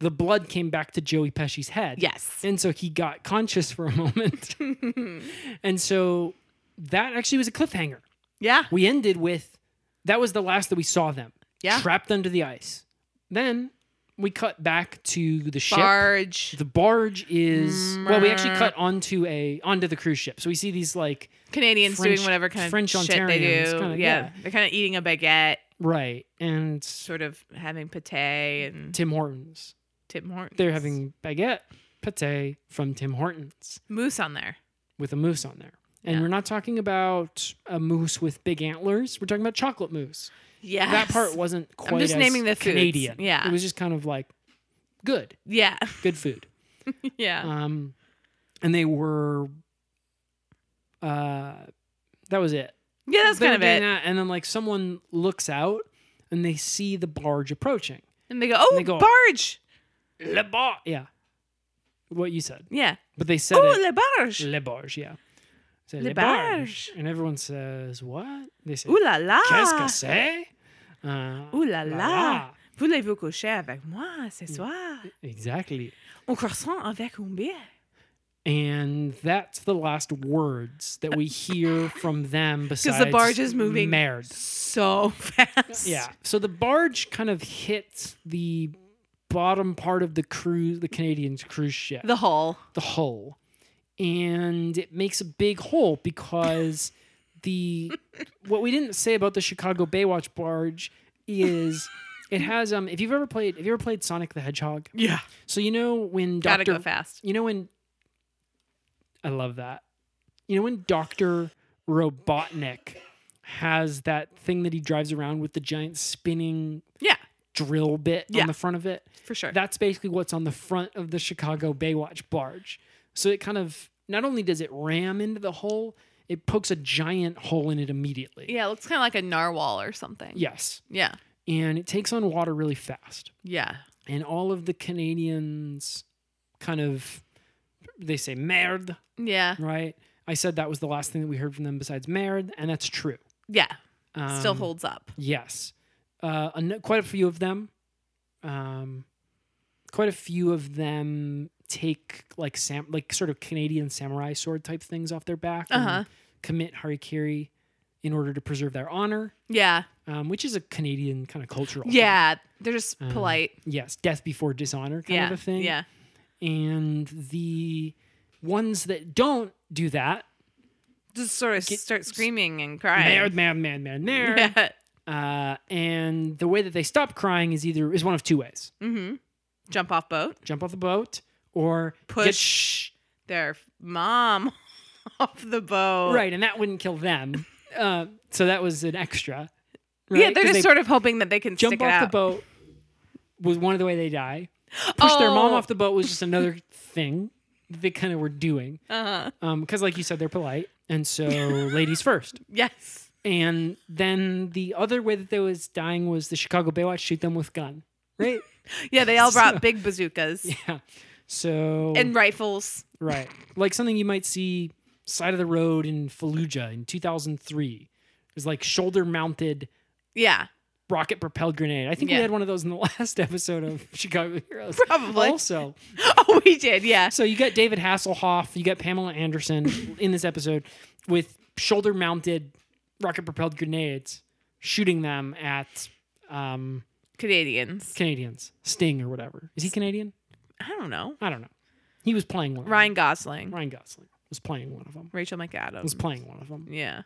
the blood came back to Joey Pesci's head. Yes. And so he got conscious for a moment. and so that actually was a cliffhanger. Yeah. We ended with that was the last that we saw them. Yeah. Trapped under the ice. Then we cut back to the ship. Barge. Mm-hmm. The barge is well, we actually cut onto a onto the cruise ship. So we see these like Canadians French- doing whatever kind of French shit Ontarians, they do. kinda, yeah. yeah. they're kind of eating a baguette, right and sort of having pate and Tim Hortons. Tim Hortons. They're having baguette pate from Tim Hortons. moose on there. with a moose on there. And Yeah. we're not talking about a moose with big antlers. We're talking about chocolate moose. Yeah, That part wasn't quite just as naming the foods. Canadian. Yeah. It was just kind of like good, Yeah. good food. Yeah. Um, and they were, uh, that was it. yeah, that's They kind were of doing it. that, and then uh, like someone looks out and they see the barge approaching. And they go, oh, they go- barge. Le barge. Yeah. What you said, Yeah. but they said Oh, it. le barge. Le barge. Yeah. Say, Le le, barge. barge. And everyone says what? They say Ouh là là. qu'est-ce que c'est? Uh, Ouh la là là. la. Voulez-vous coucher avec moi ce soir? Exactly. Un croissant avec un bière. And that's the last words that we hear from them besides Because the barge is moving Merde. so fast. Yeah. So the barge kind of hits the bottom part of the cruise, the Canadian's cruise ship, The hull. the hull, and it makes a big hole because the what we didn't say about the Chicago Baywatch barge is it has um if you've ever played have you ever played Sonic the Hedgehog? Yeah. So you know when Gotta Doctor go fast. you know when I love that. You know when Doctor Robotnik has that thing that he drives around with the giant spinning Yeah, drill bit Yeah. on the front of it. for sure. That's basically what's on the front of the Chicago Baywatch barge. So it kind of not only does it ram into the hole, it pokes a giant hole in it immediately. yeah, it looks kind of like a narwhal or something. Yes. Yeah. And it takes on water really fast. Yeah. And all of the Canadians kind of they say merde Yeah. right? I said that was the last thing that we heard from them besides Merd, and that's true. Yeah. Um, Still holds up. Yes. Uh, an- quite a few of them. Um, quite a few of them take like sam- like sort of Canadian samurai sword type things off their back Uh-huh. and commit harikiri in order to preserve their honor, Yeah. um, which is a Canadian kind of cultural. thing. Yeah. They're just Um, polite. Yes, death before dishonor kind yeah. of a thing. Yeah. And the ones that don't do that, Just sort of Get- start screaming and crying. Merd, Merd, Merd, Merd, Merd. Yeah. Uh, and the way that they stop crying is either is one of two ways: Mm-hmm. Jump off boat. jump off the boat or get- Push their mom off the boat. right, and that wouldn't kill them. Uh, so that was an extra. right? Yeah, 'Cause they're just they sort of hoping that they can jump stick off it out. the boat was one of the way they die. Push their mom Oh. off the boat was just another thing that they kind of were doing Uh-huh. because, like you said, they're polite, and so ladies first. Yes. And then the other way that they was dying was the Chicago Baywatch shoot them with gun, right? Yeah, they all brought So- big bazookas yeah. So and rifles. Right. Like something you might see side of the road in Fallujah in 2003 is like shoulder mounted Yeah. rocket propelled grenade. I think Yeah. we had one of those in the last episode of Chicago Heroes. Probably. Also, Oh, we did. Yeah. so you got David Hasselhoff, you got Pamela Anderson in this episode with shoulder mounted rocket propelled grenades shooting them at um, Canadians. Canadians, Sting or whatever. Is he Canadian? I don't know. I don't know. He was playing one. of them. Ryan Gosling, Ryan Gosling was playing one of them. Rachel McAdams. Was playing one of them. yeah.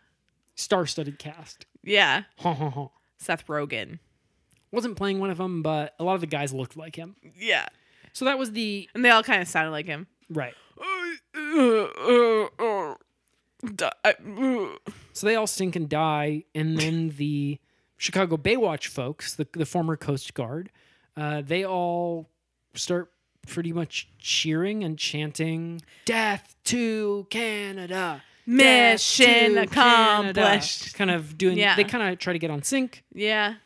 star-studded cast. Yeah. Ha ha ha. Seth Rogen. Wasn't playing one of them, but a lot of the guys looked like him. Yeah. So that was the And they all kind of sounded like him. right. Yeah. So they all sink and die, and then the Chicago Baywatch folks, the the former Coast Guard, uh, they all start pretty much cheering and chanting "Death to Canada." Death to Mission Canada," accomplished. Kind of doing. Yeah. They kind of try to get on sync. Mission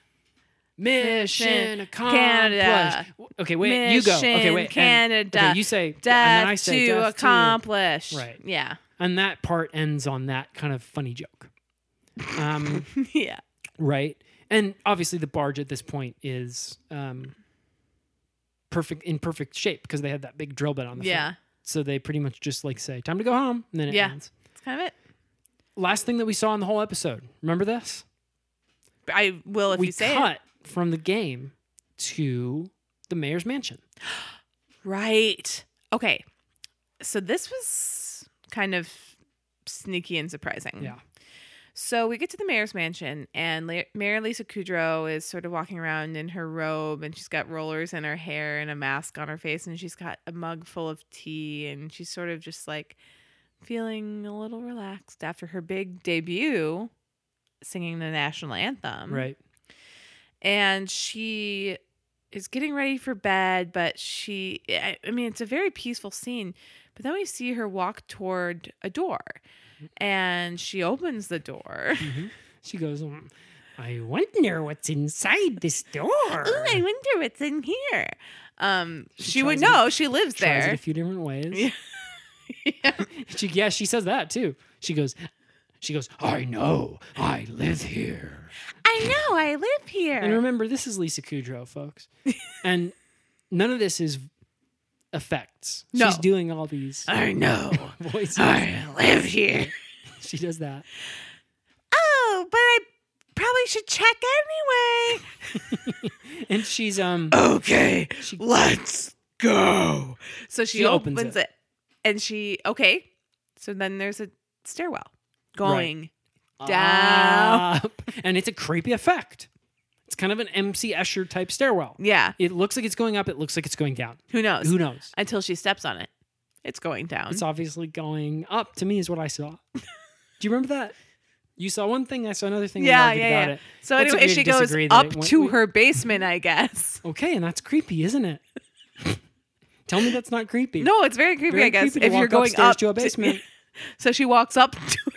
Mission accomplished. Canada. Okay, wait. you go. Okay, Mission wait. and- Canada. okay, you say. Death and then I say to death accomplish. Right. Yeah. and that part ends on that kind of funny joke. Um, yeah. right. And obviously, the barge at this point is um, perfect in perfect shape because they had that big drill bit on the Yeah. front. So they pretty much just like say, "Time to go home," and then it Yeah. ends. That's kind of it. Last thing that we saw in the whole episode. Remember this? I will if we you say cut from the game to the mayor's mansion. it. Right. Okay. So this was kind of sneaky and surprising. Yeah. So we get to the mayor's mansion, and La- Mayor Lisa Kudrow is sort of walking around in her robe, and she's got rollers in her hair and a mask on her face, and she's got a mug full of tea, and she's sort of just like feeling a little relaxed after her big debut Mm-hmm. singing the national anthem. Right. And she is getting ready for bed, but she, I I mean, it's a very peaceful scene. But then we see her walk toward a door and she opens the door. Mm-hmm. She goes, "Mm, I wonder what's inside this door. Ooh, I wonder what's in here. Um, she, would tries it- know. she lives Tries it there. a few different ways. Yeah. She yeah, she says that too. She goes, she goes, I know, I live here. I know. I live here. And remember, this is Lisa Kudrow, folks. and none of this is effects. No. She's doing all these I know. voices. I live here. She does that. Oh, but I probably should check anyway. And she's um Okay, let's go. So she, She opens opens, it. it. and she okay. So then there's a stairwell going. Down. up. And it's a creepy effect. It's kind of an MC Escher type stairwell. Yeah, It looks like it's going up, it looks like it's going down. who knows? Who knows? Until she steps on it, it's going down. It's obviously going up to me is what I saw. Do you remember that? You saw one thing, I saw another thing. we yeah, yeah, argued about yeah. it. So Let's anyway, agree she to goes disagree that up it went- to we- her basement, I guess. Okay, and that's creepy, isn't it? Tell me that's not creepy. No, it's very creepy. Very I guess creepy to if you're walk going upstairs up to a basement. so she walks up to her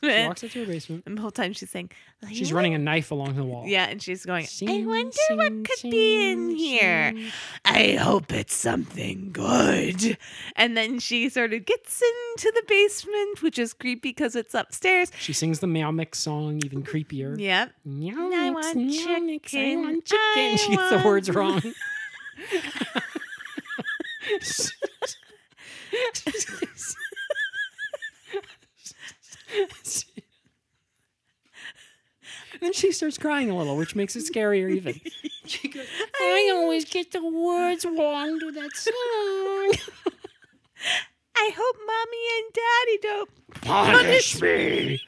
She basement, walks into her basement. and the whole time she's saying, "I She's wonder running a knife along the wall. Yeah, and she's going, I Sing, wonder sing, what could be in sing, here. sing." I hope it's something good. And then she sort of gets into the basement, which is creepy because it's upstairs. She sings the Meow Mix song, even creepier. Yep. Meow I Mix, want Meow Mix, I chicken, want chicken. I she gets the want- words wrong. then she starts crying a little, which makes it scarier even. She goes, I always get the words wrong to that song. I hope mommy and daddy don't. Punish me.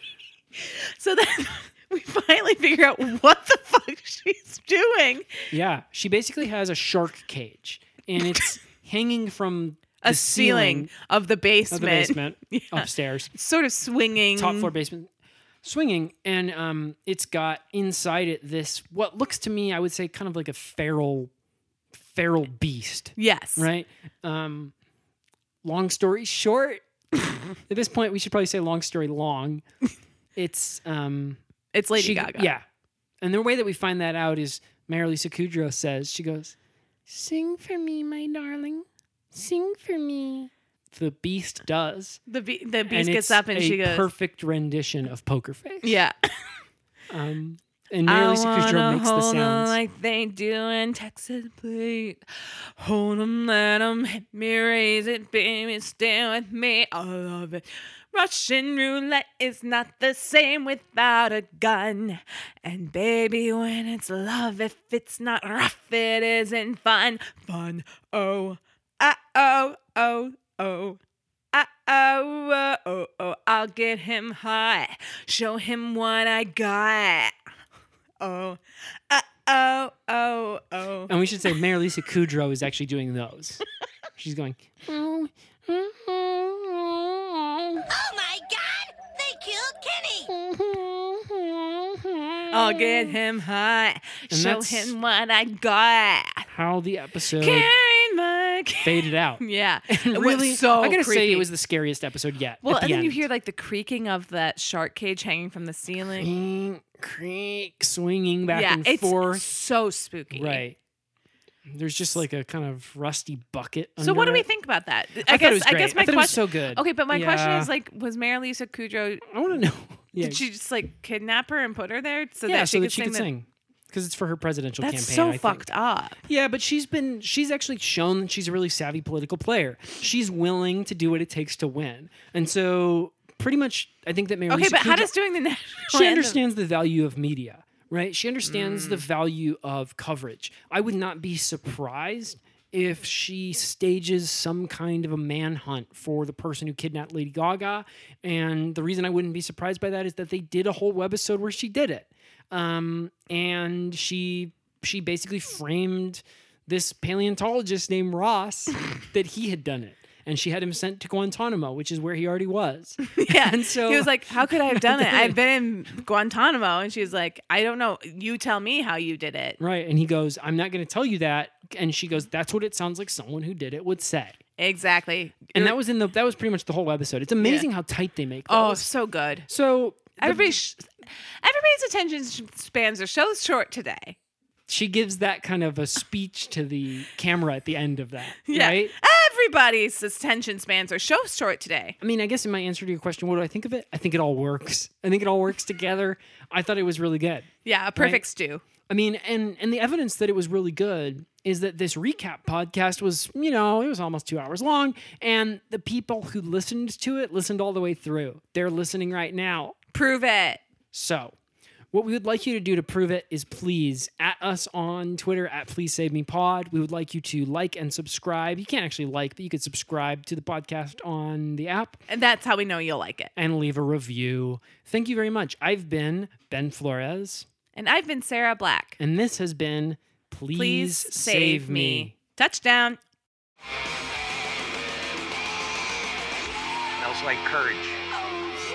So then we finally figure out what the fuck she's doing. Yeah, she basically has a shark cage, and it's hanging from A the ceiling, of the basement. of the basement upstairs, Sort of swinging. top floor basement, swinging, and um, it's got inside it this what looks to me, I would say, kind of like a feral, feral beast, Yes. right? Um, long story short, at this point, we should probably say long story long. It's um, It's Lady she- Gaga. Yeah. And the way that we find that out is Mary Lisa Kudrow says, she goes, Sing for me, my darling. Sing for me. The beast does. The, be- the and beast it's gets up and a she goes, perfect rendition of Poker Face. Yeah. Um, and Mary Lisa Kudrow wanna makes the hold 'em sounds. like they do in Texas, please. Hold 'em, let 'em hit me, raise it, baby, stay with me. I love it. Russian roulette is not the same without a gun. And baby, when it's love, if it's not rough, it isn't fun. Fun. Oh, uh oh, oh, oh. Uh oh, oh, oh, oh, I'll get him hot. Show him what I got. Oh, uh oh, oh, oh. And we should say Mary Lisa Kudrow is actually doing those. She's going, "Oh, mm, mm, Oh my god! They killed Kenny! mm, mm, mm, mm." I'll get him hot. And Show that's- him what I got. How the episode Carry my. ca- faded out. Yeah. And it was really, so I gotta say, creepy. it was the scariest episode yet. Well, at the and then you end. hear like the creaking of that shark cage hanging from the ceiling. creak, creak, swinging back yeah, and it's forth. so spooky. Right. There's just like a kind of rusty bucket. So, what do under we it. think about that? I, I, guess. thought it was I great. guess my thought it was question. so good. okay, but my question Yeah. is like, was Mary Lisa Kudrow? I want to know. Yeah, Did she just like kidnap her and put her there so yeah, that she so could that she sing could the- sing because it's for her presidential That's campaign. so I think. fucked up. Yeah, but she's been she's actually shown that she's a really savvy political player. She's willing to do what it takes to win, and so pretty much I think that Mary. Okay, Lisa but how Kudrow- does doing the national she anthem- understands the value of media, right? She understands the value of coverage. I would not be surprised if she stages some kind of a manhunt for the person who kidnapped Lady Gaga. And the reason I wouldn't be surprised by that is that they did a whole webisode where she did it. Um, and she she basically framed this paleontologist named Ross that he had done it. and she had him sent to Guantanamo, which is where he already was. Yeah. And so he was like, How could I have done it? I've been in Guantanamo. And she's like, I don't know. You tell me how you did it. Right. And he goes, I'm not going to tell you that. And she goes, That's what it sounds like someone who did it would say. Exactly. And that was in the that was pretty much the whole episode. It's amazing how tight they make Oh, those. so good. so Everybody's, sh- everybody's attention sh- spans are so short today. she gives that kind of a speech to the camera at the end of that. Yeah. Right? Everybody's attention spans are so short today. I mean, I guess in my answer to your question, what do I think of it? I think it all works. I think it all works together. I thought it was really good. Yeah, a perfect stew. I mean, and and the evidence that it was really good is that this recap podcast was, you know, it was almost 2 hours long and the people who listened to it listened all the way through. They're listening right now. Prove it. So, what we would like you to do to prove it is please at us on Twitter at Please Save Me Pod. We would like you to like and subscribe. You can't actually like, but you could subscribe to the podcast on the app And that's how we know you'll like it. and leave a review. Thank you very much. I've been Ben Flores, And I've been Sarah Black. and this has been Please, Please Save, me. Touchdown. Smells like courage. Oh,